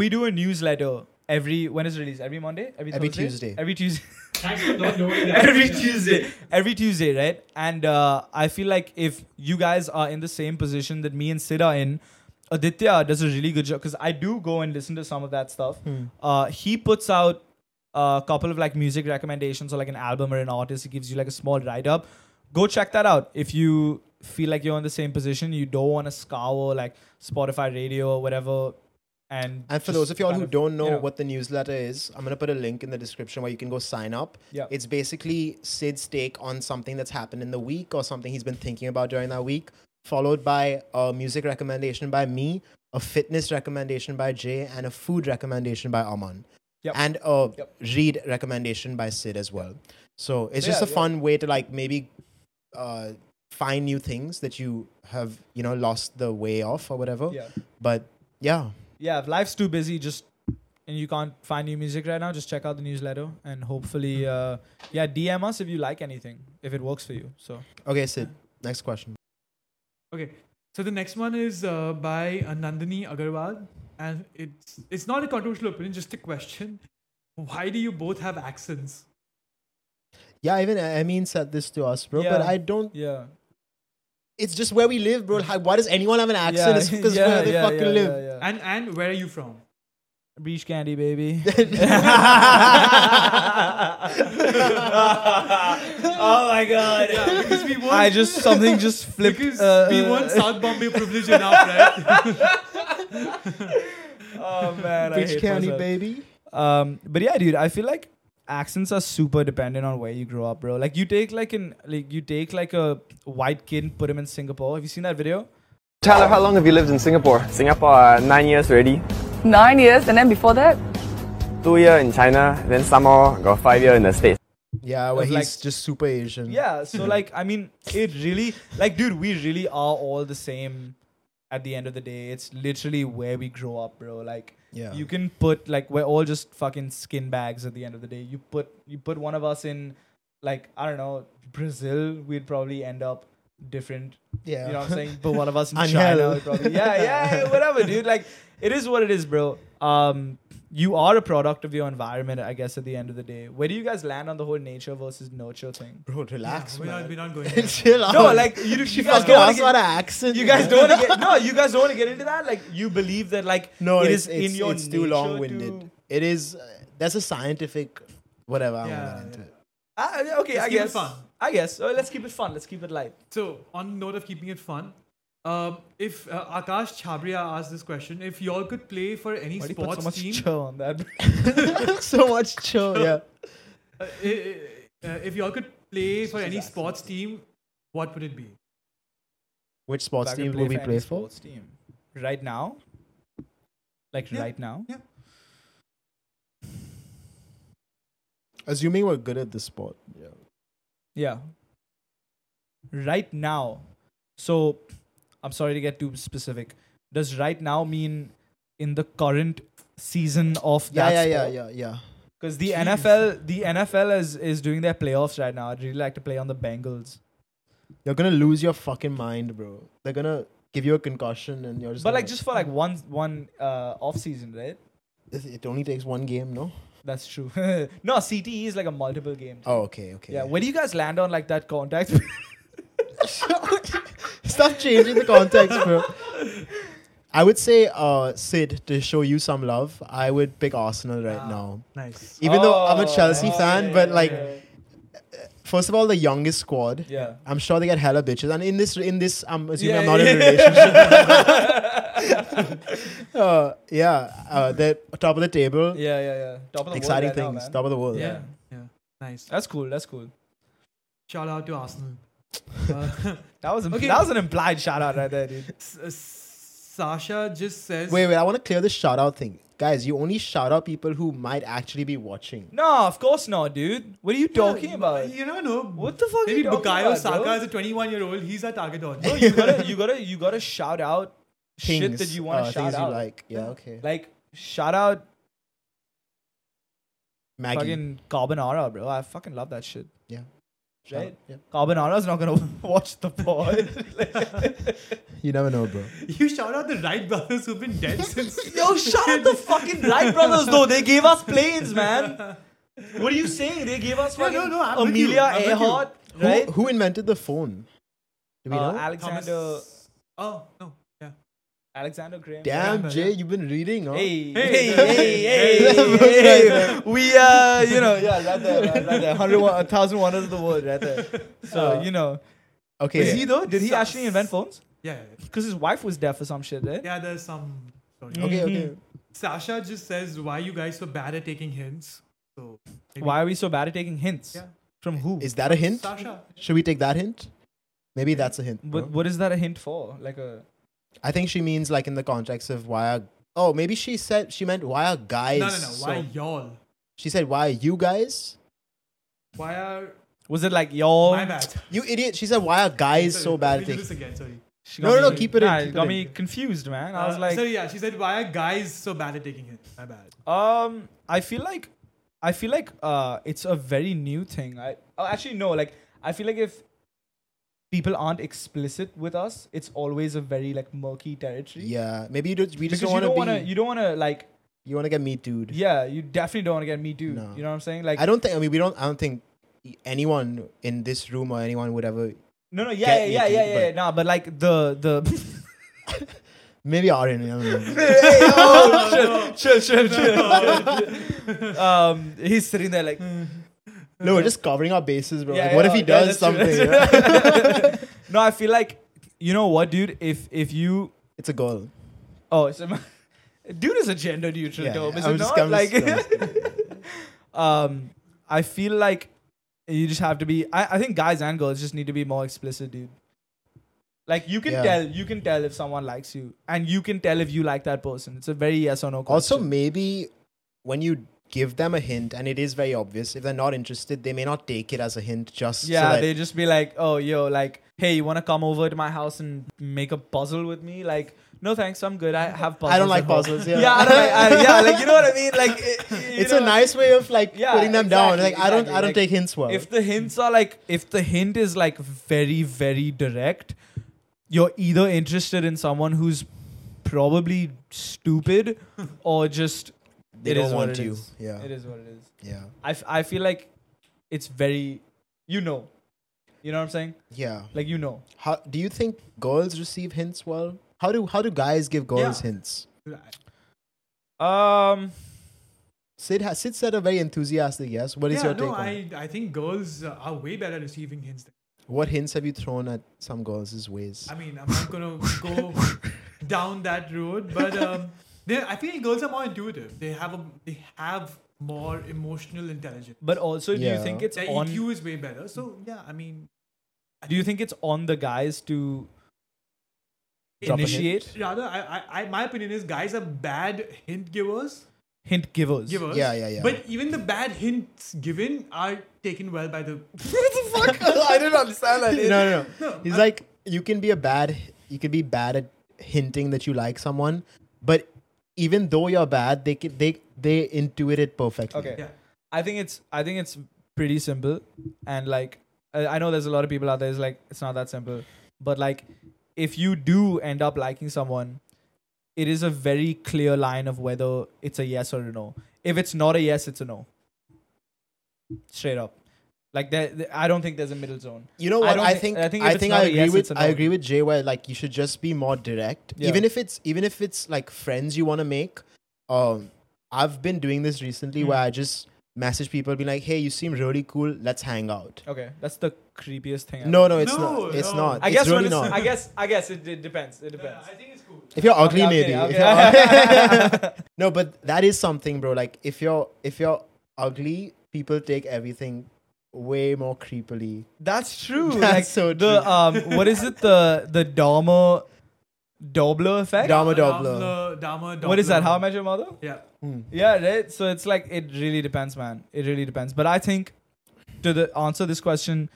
Speaker 2: We do a newsletter every when is it released? Every Monday? Every,
Speaker 1: Every
Speaker 2: Thursday?
Speaker 1: Tuesday.
Speaker 2: Every Tuesday.
Speaker 4: Thanks for not knowing that.
Speaker 2: every Tuesday. Every Tuesday, right? And uh, I feel like if you guys are in the same position that me and Sid are in, Aditya does a really good job because I do go and listen to some of that stuff.
Speaker 1: Hmm.
Speaker 2: Uh, he puts out a couple of like music recommendations or like an album or an artist. He gives you like a small write up. Go check that out if you feel like you're in the same position. You don't want to scour like Spotify Radio or whatever. And
Speaker 1: And for
Speaker 2: just
Speaker 1: those of y'all
Speaker 2: kind
Speaker 1: who don't know
Speaker 2: you know.
Speaker 1: what the newsletter is, I'm gonna put a link in the description where you can go sign up.
Speaker 2: Yeah.
Speaker 1: It's basically Sid's take on something that's happened in the week or something he's been thinking about during that week, followed by a music recommendation by me, a fitness recommendation by Jay, and a food recommendation by Aman.
Speaker 2: Yep.
Speaker 1: And a
Speaker 2: Yep.
Speaker 1: read recommendation by Sid as well. So it's
Speaker 2: So
Speaker 1: just a
Speaker 2: yeah, yeah.
Speaker 1: fun way to like maybe uh, find new things that you have, you know, lost the way of or whatever.
Speaker 2: yeah.
Speaker 1: But yeah.
Speaker 2: yeah, if life's too busy, just and you can't find new music right now, just check out the newsletter and hopefully,
Speaker 1: Hmm.
Speaker 2: uh, yeah, DM us if you like anything, if it works for you. So
Speaker 1: Okay, Sid. Next question.
Speaker 4: Okay. So the next one is uh, by uh, Nandini Agarwal, and it's it's not a controversial opinion, just a question. Why do you both have accents?
Speaker 1: Yeah, even I mean said this to us, bro. But
Speaker 2: Yeah.
Speaker 1: I don't.
Speaker 2: yeah,
Speaker 1: It's just where we live, bro. How, why does anyone have an accent?
Speaker 2: yeah,
Speaker 1: it's because where they fucking live.
Speaker 2: yeah, yeah.
Speaker 4: And and where are you from?
Speaker 2: Beach candy, baby. oh my god!
Speaker 4: because we won't-
Speaker 2: I just something just flipped.
Speaker 4: Because
Speaker 2: uh,
Speaker 4: we
Speaker 2: uh,
Speaker 4: want South Bombay privilege enough, right?
Speaker 2: Oh man, I
Speaker 1: Beach
Speaker 2: hate
Speaker 1: County,
Speaker 2: myself.
Speaker 1: baby.
Speaker 2: Um, but yeah, dude, I feel like accents are super dependent on where you grow up, bro. Like you take like an like you take like a white kid and put him in Singapore. Have you seen that video?
Speaker 7: Tyler, how long have you lived in Singapore?
Speaker 8: Singapore, uh, nine years already.
Speaker 7: Nine years, and then before that,
Speaker 8: Two year in China, then some more got five year in the States.
Speaker 1: Yeah, where
Speaker 2: Of,
Speaker 1: he's
Speaker 2: like-
Speaker 1: just super Asian.
Speaker 2: Yeah. So like, I mean, it really like, dude, we really are all the same. At the end of the day, it's literally where we grow up, bro. Like,
Speaker 1: Yeah.
Speaker 2: you can put like we're all just fucking skin bags. At the end of the day, you put you put one of us in like I don't know Brazil, we'd probably end up different
Speaker 1: yeah.
Speaker 2: You know what I'm saying? But one of us in
Speaker 1: Angel.
Speaker 2: China would probably. Yeah, yeah, yeah, whatever, dude. Like, it is what it is, bro. Um, you are a product of your environment, I guess, at the end of the day. Where do you guys land on the whole nature versus nurture thing?
Speaker 1: bro, relax,
Speaker 4: we're, not,
Speaker 1: man.
Speaker 4: we're not going there.
Speaker 1: Chill out.
Speaker 2: No, like, you, you guys
Speaker 1: fucking
Speaker 2: don't want
Speaker 1: asked
Speaker 2: to get.
Speaker 1: about an accent.
Speaker 2: You guys
Speaker 1: man.
Speaker 2: don't want to get no. You guys don't want to get into that. Like you believe that like
Speaker 1: No,
Speaker 2: it
Speaker 1: it's,
Speaker 2: is
Speaker 1: it's,
Speaker 2: in your
Speaker 1: it's too
Speaker 2: nature
Speaker 1: long-winded.
Speaker 2: to-
Speaker 1: It is. Uh, that's a scientific, whatever. I
Speaker 4: Yeah,
Speaker 1: don't get into
Speaker 4: yeah.
Speaker 1: it.
Speaker 2: Ah, yeah, okay,
Speaker 4: Let's
Speaker 2: I
Speaker 4: keep it
Speaker 2: guess.
Speaker 4: fun.
Speaker 2: I guess. Oh, let's keep it fun. Let's keep it light.
Speaker 4: So on note of keeping it fun, um, if uh, Akash Chabria asked this question, if y'all could play for any
Speaker 2: Why do you put
Speaker 4: sports
Speaker 2: so much
Speaker 4: team,
Speaker 2: chill on that?
Speaker 1: so much chill. Yeah.
Speaker 4: uh, i- i- uh, if y'all could play for any sports team, what would it be?
Speaker 1: Which sports
Speaker 2: If I
Speaker 1: team
Speaker 2: could
Speaker 1: will we
Speaker 2: for
Speaker 1: play
Speaker 2: any
Speaker 1: for?
Speaker 2: sports team right now like
Speaker 4: Yeah.
Speaker 2: right now
Speaker 4: Yeah.
Speaker 1: Assuming we're good at the sport. Yeah.
Speaker 2: Yeah. Right now. So I'm sorry to get too specific. Does right now mean in the current season of that
Speaker 1: Yeah, yeah,
Speaker 2: sport?
Speaker 1: yeah, yeah, yeah.
Speaker 2: Because the NFL the NFL is is doing their playoffs right now. I'd really like to play on the Bengals.
Speaker 1: You're gonna lose your fucking mind, bro. They're gonna give you a concussion and you're just
Speaker 2: But
Speaker 1: gonna-
Speaker 2: like just for like
Speaker 1: Mm.
Speaker 2: one one uh off season, right?
Speaker 1: it it only takes one game, no?
Speaker 2: That's true. no, CTE is like a multiple game.
Speaker 1: Oh okay, okay.
Speaker 2: Yeah, where do you guys land on like that contact?
Speaker 1: Stop changing the context, bro. I would say, uh, Sid, to show you some love, I would pick Arsenal right now.
Speaker 4: Nice.
Speaker 1: Even though I'm a
Speaker 2: Ah. Oh,
Speaker 1: Chelsea
Speaker 2: okay,
Speaker 1: fan, but like,
Speaker 2: yeah.
Speaker 1: first of all, the youngest squad.
Speaker 2: yeah.
Speaker 1: I'm sure they get hella bitches, and in this, in this, I'm assuming
Speaker 2: Yeah,
Speaker 1: I'm not in
Speaker 2: yeah.
Speaker 1: a relationship. uh, yeah, uh, they're top of the table.
Speaker 2: Yeah, yeah, yeah. Top of the
Speaker 1: Exciting
Speaker 2: world right now,
Speaker 1: things,
Speaker 2: man.
Speaker 1: top of the world.
Speaker 2: Yeah.
Speaker 4: Yeah. Nice.
Speaker 2: That's cool. That's cool.
Speaker 4: Shout out to Arsenal. Uh,
Speaker 2: That was
Speaker 4: Okay.
Speaker 2: that was an implied shout out right there, dude.
Speaker 4: S- uh, Sasha just says.
Speaker 1: Wait, wait, I want to clear this shout out thing, guys. You only shout out people who might actually be watching.
Speaker 2: No, of course not, dude. What are you talking
Speaker 4: Yeah,
Speaker 2: about?
Speaker 4: You never know.
Speaker 2: What the fuck?
Speaker 4: Maybe
Speaker 2: are you talking
Speaker 4: Bukayo
Speaker 2: about,
Speaker 4: Saka
Speaker 2: bro?
Speaker 4: is a 21 year old. He's our target
Speaker 2: Bro,
Speaker 4: audience.
Speaker 2: you gotta, you gotta, you gotta shout out shit
Speaker 1: Things,
Speaker 2: that you want to
Speaker 1: uh,
Speaker 2: shout
Speaker 1: things
Speaker 2: out.
Speaker 1: you like. Yeah, okay.
Speaker 2: Like shout out
Speaker 1: Maggie.
Speaker 2: fucking carbonara, bro. I fucking love that shit.
Speaker 1: yeah. Shout
Speaker 2: Right?
Speaker 1: out, yeah.
Speaker 2: Carbonara's not gonna watch the pod.
Speaker 1: You never know, bro.
Speaker 4: You shout out the Wright brothers who've been dead since.
Speaker 2: Yo, shout out the fucking Wright brothers though. They gave us planes, man. What are you saying? They gave us
Speaker 4: Yeah,
Speaker 2: fucking
Speaker 4: no, no, I'm with you.
Speaker 2: Amelia
Speaker 4: I'm with you.
Speaker 2: Earhart,
Speaker 1: Who,
Speaker 2: right?
Speaker 1: who invented the phone? Do we
Speaker 2: Uh,
Speaker 1: know?
Speaker 2: Alexander
Speaker 4: Thomas- Oh, no. Yeah.
Speaker 2: Alexander Graham.
Speaker 1: Damn,
Speaker 4: yeah.
Speaker 1: Jay, you've been reading, huh?
Speaker 2: Hey,
Speaker 4: Hey,
Speaker 2: hey,
Speaker 4: hey,
Speaker 2: hey, hey,
Speaker 1: hey.
Speaker 2: hey. We, uh, you know, yeah, right there, right, right there. 100, 1,000 wonders of the world, right there. Uh, So, you know.
Speaker 1: Okay.
Speaker 2: Is he though? Did he
Speaker 4: Sus.
Speaker 2: actually invent phones?
Speaker 4: Yeah, yeah, yeah.
Speaker 2: Because his wife was deaf or some shit, right?
Speaker 4: Yeah, there's some. Sorry.
Speaker 2: Oh.
Speaker 1: Okay, okay.
Speaker 2: Mm-hmm.
Speaker 4: Sasha just says, why you guys so bad at taking hints? So. maybe-
Speaker 2: Why are we so bad at taking hints?
Speaker 4: Yeah.
Speaker 2: From who?
Speaker 1: Is that a hint?
Speaker 4: Sasha.
Speaker 1: Should we take that hint? Maybe that's a hint.
Speaker 2: But
Speaker 1: bro.
Speaker 2: what is that a hint for? Like a
Speaker 1: I think she means like in the context of why are oh maybe she said she meant why are guys
Speaker 4: No, no, no. Why
Speaker 1: so-
Speaker 4: y'all?
Speaker 1: she said why are you guys
Speaker 4: Why are.
Speaker 2: was it like y'all?
Speaker 4: My bad.
Speaker 1: you idiot she said why are guys
Speaker 4: Sorry,
Speaker 1: so bad at
Speaker 4: let me do this
Speaker 1: taking
Speaker 4: again. Sorry.
Speaker 2: She
Speaker 1: No,
Speaker 2: got
Speaker 1: no,
Speaker 2: me-
Speaker 1: no, keep it in,
Speaker 2: Nah,
Speaker 1: keep it
Speaker 2: got
Speaker 1: in.
Speaker 2: me confused, man. I was
Speaker 4: Uh,
Speaker 2: like,
Speaker 4: so yeah, she said, why are guys so bad at taking hints? My bad.
Speaker 2: um, I feel like, I feel like, uh, it's a very new thing. I oh, actually no, like, I feel like if people aren't explicit with us, it's always a very like murky territory.
Speaker 1: yeah maybe you just we
Speaker 2: because
Speaker 1: just
Speaker 2: you
Speaker 1: don't want
Speaker 2: don't want
Speaker 1: to
Speaker 2: to,
Speaker 1: be
Speaker 2: you don't want to like,
Speaker 1: you want to get me dude
Speaker 2: yeah, you definitely don't want to get me too.
Speaker 1: No.
Speaker 2: You know what I'm saying? Like,
Speaker 1: I don't think I mean we don't I don't think anyone in this room or anyone would ever
Speaker 2: No, no,
Speaker 1: get
Speaker 2: yeah, yeah, yeah,
Speaker 1: me
Speaker 2: yeah,
Speaker 1: too,
Speaker 2: yeah,
Speaker 1: but-
Speaker 2: yeah. Nah, but like the the.
Speaker 1: maybe Aryan I don't know.
Speaker 2: chill, chill, chill, chill. um, he's sitting there like,
Speaker 1: no we're just covering our bases bro
Speaker 2: Yeah,
Speaker 1: like, what
Speaker 2: yeah,
Speaker 1: if he
Speaker 2: yeah,
Speaker 1: does
Speaker 2: that's true,
Speaker 1: something
Speaker 2: that's
Speaker 1: you know?
Speaker 2: no, I feel like, you know what, dude? If if you,
Speaker 1: it's a goal
Speaker 2: oh, it's a, dude is a gender neutral
Speaker 1: Yeah,
Speaker 2: term,
Speaker 1: yeah,
Speaker 2: is
Speaker 1: I'm
Speaker 2: it
Speaker 1: just-
Speaker 2: not?
Speaker 1: I'm
Speaker 2: Like,
Speaker 1: just-
Speaker 2: um, I feel like you just have to be. I I think guys and girls just need to be more explicit, dude. Like you can
Speaker 1: Yeah.
Speaker 2: tell, you can tell if someone likes you, and you can tell if you like that person. It's a very yes or no question.
Speaker 1: also maybe when you give them a hint and it is very obvious if they're not interested they may not take it as a hint just so
Speaker 2: Yeah,
Speaker 1: that-
Speaker 2: they just be like, "Oh, yo, like, hey, you want to come over to my house and make a puzzle with me?" Like, no, thanks, I'm good. I have puzzles.
Speaker 1: I don't
Speaker 2: at
Speaker 1: like
Speaker 2: home."
Speaker 1: puzzles yeah,
Speaker 2: Yeah, I don't like, I, yeah, like you know what I mean. Like, it- you
Speaker 1: it's
Speaker 2: know,
Speaker 1: a nice way of like
Speaker 2: Yeah,
Speaker 1: putting them down
Speaker 2: exactly,
Speaker 1: like I don't
Speaker 2: exactly,
Speaker 1: I don't
Speaker 2: like,
Speaker 1: take hints well
Speaker 2: If the hints are like, if the hint is like very, very direct, you're either interested in someone who's probably stupid, or just
Speaker 1: they
Speaker 2: it
Speaker 1: don't
Speaker 2: is what
Speaker 1: want
Speaker 2: it
Speaker 1: you
Speaker 2: is.
Speaker 1: yeah
Speaker 2: it is what it is.
Speaker 1: yeah
Speaker 2: I, f- I feel like it's very, you know, you know what I'm saying.
Speaker 1: yeah
Speaker 2: Like you know.
Speaker 1: how do you think girls receive hints well how do how do guys give girls
Speaker 4: Yeah.
Speaker 1: hints
Speaker 2: Um.
Speaker 1: Sid has Sid said a very enthusiastic yes what is
Speaker 4: yeah,
Speaker 1: your
Speaker 4: no,
Speaker 1: take on it?
Speaker 4: I, I think girls uh, are way better at receiving hints. Than,
Speaker 1: what hints have you thrown at some girls' ways
Speaker 4: I mean, I'm not gonna go down that road, but um, they, I feel girls are more intuitive. They have a they have more emotional intelligence.
Speaker 2: But also, do you
Speaker 1: Yeah.
Speaker 2: think it's
Speaker 4: Their
Speaker 2: on?
Speaker 4: EQ is way better. So yeah, I mean,
Speaker 2: Do you think it's on the guys to
Speaker 1: Drop a hint.
Speaker 2: initiate?
Speaker 4: rather, I, I, I my opinion is guys are bad hint givers,
Speaker 2: hint givers.
Speaker 4: givers.
Speaker 1: Yeah, yeah, yeah.
Speaker 4: But even the bad hints given are taken well by the.
Speaker 1: what the fuck? I didn't understand that. No, no, no. He's like, you can be a bad, you can be bad at hinting that you like someone, but even though you're bad, they can, they they intuit it perfectly.
Speaker 2: Okay.
Speaker 4: Yeah.
Speaker 2: I think it's I think it's pretty simple, and like I I know there's a lot of people out there. It's like it's not that simple, but like if you do end up liking someone, it is a very clear line of whether it's a yes or a no. If it's not a yes, it's a no. Straight up, like that. I don't think there's a middle zone.
Speaker 1: You know
Speaker 2: I
Speaker 1: what?
Speaker 2: don't
Speaker 1: I
Speaker 2: thi-
Speaker 1: think
Speaker 2: I
Speaker 1: I
Speaker 2: think
Speaker 1: think
Speaker 2: if
Speaker 1: I,
Speaker 2: it's not a
Speaker 1: agree
Speaker 2: yes, it's a
Speaker 1: with I
Speaker 2: no.
Speaker 1: agree with Jay where like you should just be more direct.
Speaker 2: Yeah.
Speaker 1: Even if it's even if it's like friends you want to make. Um, I've been doing this
Speaker 2: Hmm.
Speaker 1: recently where I just message people, be like, "Hey, you seem really cool. Let's hang out."
Speaker 2: Okay, that's the creepiest thing. I've
Speaker 1: No, no, it's
Speaker 4: No,
Speaker 1: not. It's
Speaker 4: no.
Speaker 1: not.
Speaker 2: I
Speaker 1: it's
Speaker 2: guess
Speaker 1: really
Speaker 2: when it's,
Speaker 1: not.
Speaker 2: I guess I guess it, it depends. It depends.
Speaker 4: think it's cool.
Speaker 1: If you're ugly,
Speaker 2: I'm
Speaker 1: maybe.
Speaker 2: kidding, I'm
Speaker 1: If
Speaker 2: kidding.
Speaker 1: you're- no, but that is something, bro. Like if you're if you're ugly, people take everything way more creepily.
Speaker 2: That's true.
Speaker 1: That's
Speaker 2: like,
Speaker 1: so
Speaker 2: The
Speaker 1: true.
Speaker 2: um, what is it? The the Dahmer Dobler effect.
Speaker 1: Dama Dobler.
Speaker 4: Dama Dama.
Speaker 2: What is that? How I Met Your Mother?
Speaker 4: Yeah.
Speaker 2: Yeah, right. So it's like it really depends, man. It really depends. But I think to the answer this question,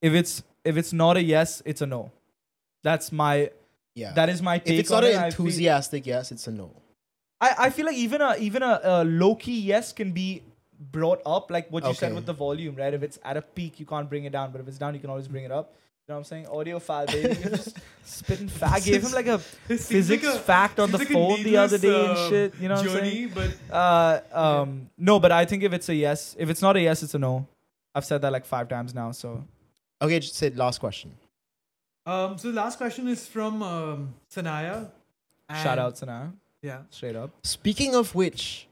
Speaker 2: if it's if it's not a yes, it's a no. That's my
Speaker 1: Yeah.
Speaker 2: that is my take.
Speaker 1: if it's
Speaker 2: on
Speaker 1: not
Speaker 2: it.
Speaker 1: an
Speaker 2: I feel-
Speaker 1: enthusiastic yes, it's a no.
Speaker 2: I, I feel like even a even a, a low key yes can be brought up, like what you said
Speaker 1: Okay.
Speaker 2: with the volume, right? If it's at a peak, you can't bring it down, but if it's down, you can always bring it up. You know what I'm saying? Audio file, baby. You're just spitting fact. I gave him like a
Speaker 4: This seems
Speaker 2: physics
Speaker 4: like a-
Speaker 2: fact on the
Speaker 4: seems like a
Speaker 2: phone the other day
Speaker 4: needless, uh,
Speaker 2: and shit. You know what I'm
Speaker 4: journey,
Speaker 2: saying?
Speaker 4: but
Speaker 2: Uh, um, no, but I think if it's a yes, if it's not a yes, it's a no. I've said that like five times now, so
Speaker 1: Okay, just say last question.
Speaker 4: Um, so the last question is from um, Sanaya. And-
Speaker 2: shout out to now,
Speaker 4: Yeah.
Speaker 2: straight up.
Speaker 1: Speaking of which,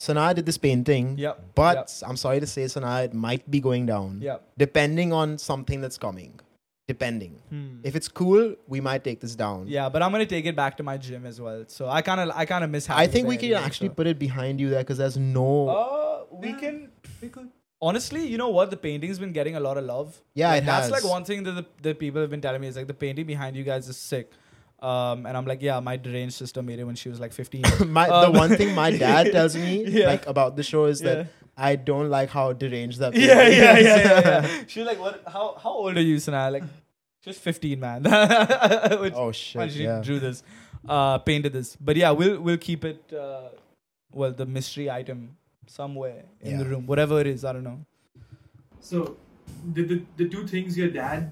Speaker 1: Sanaa did this painting.
Speaker 2: Yep,
Speaker 1: But
Speaker 2: yep.
Speaker 1: I'm sorry to say, Sanaa, it might be going down.
Speaker 2: Yep.
Speaker 1: Depending on something that's coming. Depending.
Speaker 2: Hmm.
Speaker 1: If it's cool, we might take this down.
Speaker 2: Yeah, but I'm gonna take it back to my gym as well. So I kind of I kind of miss.
Speaker 1: I
Speaker 2: having it
Speaker 1: think we
Speaker 2: there
Speaker 1: can
Speaker 2: anyway,
Speaker 1: actually
Speaker 2: so.
Speaker 1: put it behind you there because there's no.
Speaker 2: Uh, we can.
Speaker 4: We could-
Speaker 2: Honestly, you know what? The painting's been getting a lot of love.
Speaker 1: Yeah,
Speaker 2: Like,
Speaker 1: it
Speaker 2: that's
Speaker 1: has.
Speaker 2: like one thing that the, the people have been telling me is like the painting behind you guys is sick. Um, and I'm like, yeah, my deranged sister made it when she was like 15.
Speaker 1: my
Speaker 2: Um,
Speaker 1: the one thing my dad tells me
Speaker 2: Yeah.
Speaker 1: like about the show is
Speaker 2: Yeah.
Speaker 1: that I don't like how deranged that.
Speaker 2: yeah,
Speaker 1: baby
Speaker 2: yeah, yeah,
Speaker 1: is.
Speaker 2: yeah, yeah. She was like, what? How how old are you, Sanaa? Like, just 15, man. Which-
Speaker 1: Oh
Speaker 2: when
Speaker 1: shit!
Speaker 2: she
Speaker 1: Yeah.
Speaker 2: drew this, uh, painted this. But yeah, we'll we'll keep it. Uh, well, the mystery item somewhere in the
Speaker 1: Yeah.
Speaker 2: room, whatever it is, I don't know.
Speaker 4: So, the, the, the two things your dad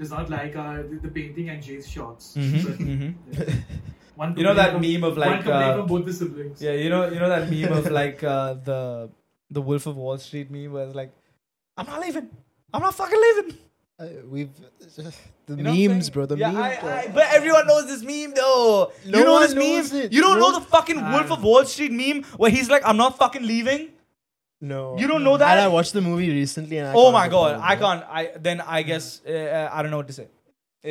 Speaker 4: does not like are the, the painting and Jay's shots. But- One
Speaker 2: You know
Speaker 4: complaint
Speaker 2: that
Speaker 4: from-
Speaker 2: meme of
Speaker 4: one
Speaker 2: like,
Speaker 4: complaint
Speaker 2: uh,
Speaker 4: from both the siblings.
Speaker 2: Yeah, you know, you know that meme of like uh, the the Wolf of Wall Street meme, where it's like, "I'm not leaving, I'm not fucking leaving."
Speaker 1: Uh, we've the
Speaker 2: You know what I'm
Speaker 1: memes,
Speaker 2: saying?
Speaker 1: bro. The
Speaker 2: yeah,
Speaker 1: memes. bro.
Speaker 2: I, I, but everyone knows this meme though.
Speaker 1: No
Speaker 2: you know
Speaker 1: one
Speaker 2: this
Speaker 1: knows
Speaker 2: meme.
Speaker 1: it,
Speaker 2: You don't
Speaker 1: bro.
Speaker 2: know the fucking Wolf of Wall Street meme where he's like, "I'm not fucking leaving."
Speaker 1: no,
Speaker 2: You don't know that?
Speaker 1: And I watched the movie recently, and I
Speaker 2: oh
Speaker 1: can't
Speaker 2: my god,
Speaker 1: remember,
Speaker 2: I
Speaker 1: bro.
Speaker 2: can't. I then I guess uh, uh, I don't know what to say.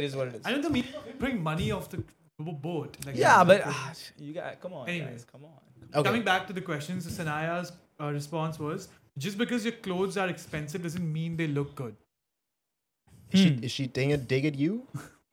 Speaker 2: It is what it is.
Speaker 4: I know the meme of bring money off the boat. Like,
Speaker 2: Yeah, but ah, you got come on,
Speaker 4: Anyway.
Speaker 2: guys, come on.
Speaker 1: Okay.
Speaker 4: Coming back to the questions, Sanaya's uh, response was just because your clothes are expensive doesn't mean they look good.
Speaker 1: Is
Speaker 2: hmm.
Speaker 1: she, is she taking a dig at you?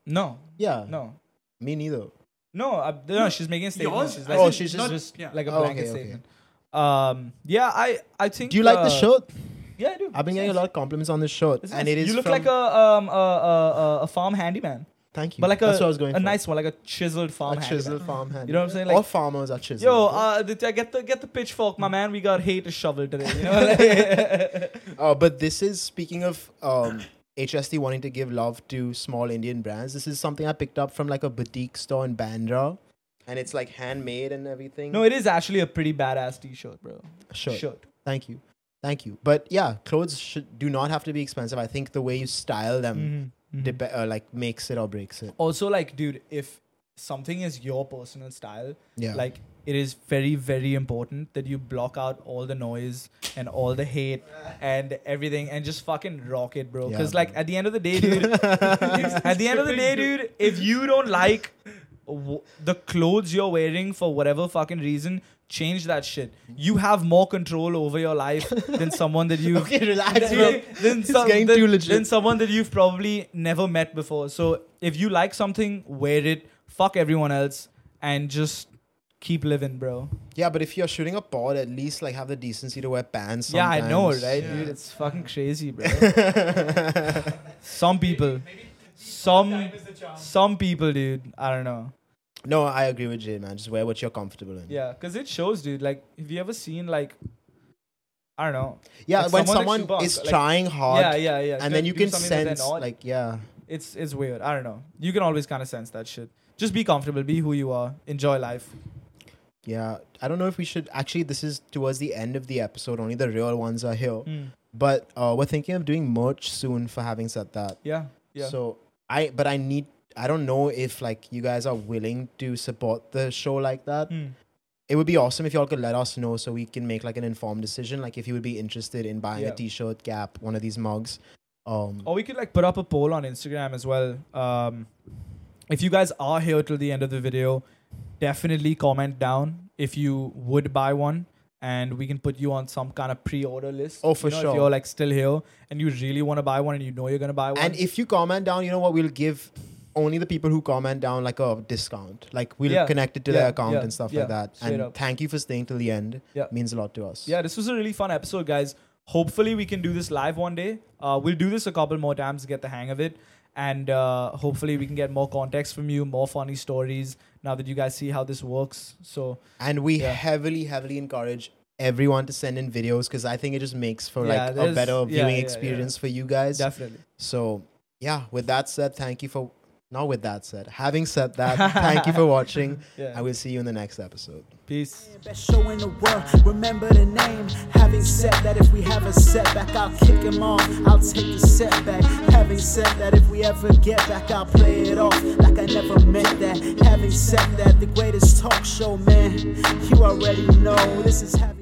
Speaker 2: No,
Speaker 1: Yeah.
Speaker 2: no,
Speaker 1: Me neither.
Speaker 2: no, I, no. She's making a statement.
Speaker 4: Yours-
Speaker 2: she's
Speaker 4: I
Speaker 2: like,
Speaker 1: Oh,
Speaker 4: think
Speaker 1: she's just-
Speaker 4: not-
Speaker 2: just
Speaker 4: yeah.
Speaker 2: like a
Speaker 1: Oh,
Speaker 2: blanket
Speaker 1: okay, okay.
Speaker 2: statement. Um, yeah, I, I think.
Speaker 1: Do you like the
Speaker 2: uh,
Speaker 1: shirt?
Speaker 2: Yeah, I do.
Speaker 1: I've been getting
Speaker 2: It's
Speaker 1: a
Speaker 2: nice.
Speaker 1: lot of compliments on this shirt,
Speaker 2: It's
Speaker 1: and
Speaker 2: nice.
Speaker 1: it is.
Speaker 2: You look
Speaker 1: from-
Speaker 2: like a um a a, a, a farm handyman,
Speaker 1: Thank you.
Speaker 2: but like a
Speaker 1: that's what I was going
Speaker 2: a
Speaker 1: for.
Speaker 2: nice one, like a chiseled farm.
Speaker 1: a chisel farm hand.
Speaker 2: You know what I'm saying?
Speaker 1: All
Speaker 2: Like-
Speaker 1: farmers are chiseled.
Speaker 2: Yo,
Speaker 1: bro.
Speaker 2: uh, the- get the get the pitchfork, my man. We got hay to shovel today. You know.
Speaker 1: Uh, but this is speaking of um, HST wanting to give love to small Indian brands. This is something I picked up from like a boutique store in Bandra, and it's like handmade and everything.
Speaker 2: no, it is actually a pretty badass T-shirt, bro.
Speaker 1: sure.
Speaker 2: Shirt.
Speaker 1: Thank you, thank you. But yeah, clothes should do not have to be expensive. I think the way you style
Speaker 2: Mm-hmm.
Speaker 1: them, depe- uh, like makes it or breaks it.
Speaker 2: also like dude if something is your personal style
Speaker 1: Yeah.
Speaker 2: like it is very very important that you block out all the noise and all the hate and everything and just fucking rock it bro
Speaker 1: Yeah,
Speaker 2: because like at the end of the day dude at the end of the day dude if you don't like w- the clothes you're wearing for whatever fucking reason change that shit you have more control over your life than someone that you
Speaker 1: Okay, relax,
Speaker 2: than-
Speaker 1: bro.
Speaker 2: than,
Speaker 1: It's
Speaker 2: some-
Speaker 1: getting
Speaker 2: than-
Speaker 1: too legit.
Speaker 2: than someone that you've probably never met before. So if you like something, wear it. Fuck everyone else, and just keep living, bro.
Speaker 1: Yeah, but if you're shooting a pod, at least like have the decency to wear pants.
Speaker 2: Yeah, I know,
Speaker 1: sometimes.
Speaker 2: right, dude? It's fucking crazy, bro. some people, some, some people, dude. I don't know.
Speaker 1: No, I agree with Jay, man. Just wear what you're comfortable in.
Speaker 2: Yeah, cause it shows, dude. Like, have you ever seen like, I don't know.
Speaker 1: Yeah,
Speaker 2: Like,
Speaker 1: when
Speaker 2: someone like
Speaker 1: someone,
Speaker 2: Shubhank,
Speaker 1: is
Speaker 2: like-
Speaker 1: trying hard,
Speaker 2: yeah, yeah, yeah.
Speaker 1: and
Speaker 2: do-
Speaker 1: then you
Speaker 2: do
Speaker 1: can
Speaker 2: something that they're
Speaker 1: sense,
Speaker 2: not.
Speaker 1: like, yeah,
Speaker 2: it's it's weird. I don't know. You can always kind of sense that shit. Just be comfortable. Be who you are. Enjoy life.
Speaker 1: yeah. I don't know if we should actually. This is towards the end of the episode. Only the real ones are
Speaker 2: Mm.
Speaker 1: here. But uh, we're thinking of doing merch soon. For having said that,
Speaker 2: Yeah. Yeah.
Speaker 1: So I, but I need. I don't know if like you guys are willing to support the show like that.
Speaker 2: Mm.
Speaker 1: It would be awesome if y'all could let us know so we can make like an informed decision. Like if you would be interested in buying
Speaker 2: Yeah. Oh,
Speaker 1: a T-shirt, cap, one of these mugs. Um,
Speaker 2: Or we could like put up a poll on Instagram as well. Um, if you guys are here till the end of the video, definitely comment down if you would buy one, and we can put you on some kind of pre-order list.
Speaker 1: Oh, for
Speaker 2: You know, If
Speaker 1: sure.
Speaker 2: you're like still here and you really want to buy one and you know you're gonna buy one.
Speaker 1: And if you comment down, you know what? We'll give only the people who comment down like a discount. Like we'll
Speaker 2: Yeah,
Speaker 1: connect it to
Speaker 2: yeah,
Speaker 1: their account
Speaker 2: yeah,
Speaker 1: and stuff
Speaker 2: yeah,
Speaker 1: like that.
Speaker 2: straight
Speaker 1: And
Speaker 2: up.
Speaker 1: thank you for staying till the end.
Speaker 2: Yeah.
Speaker 1: means a lot to us.
Speaker 2: yeah, this was a really fun episode, guys. Hopefully, we can do this live one day. Uh, we'll do this a couple more times to get the hang of it. And uh, hopefully, we can get more context from you, more funny stories now that you guys see how this works. So,
Speaker 1: And we
Speaker 2: Yeah.
Speaker 1: heavily, heavily encourage everyone to send in videos because I think it just makes for
Speaker 2: Yeah,
Speaker 1: like a
Speaker 2: there's-
Speaker 1: better
Speaker 2: yeah,
Speaker 1: viewing
Speaker 2: yeah, yeah.
Speaker 1: experience for you guys.
Speaker 2: definitely.
Speaker 1: So yeah, with that said, thank you for not with that said. Having said that, thank you for watching.
Speaker 2: Yeah.
Speaker 1: I will see you in the next episode.
Speaker 2: Peace.
Speaker 9: Best show in the world, remember the name. Having said that, if we have a setback, I'll kick him off. I'll take the setback. Having said that, if we ever get back, I'll play it off like I never meant that. Having said that, the greatest talk show, man. You already know this is having.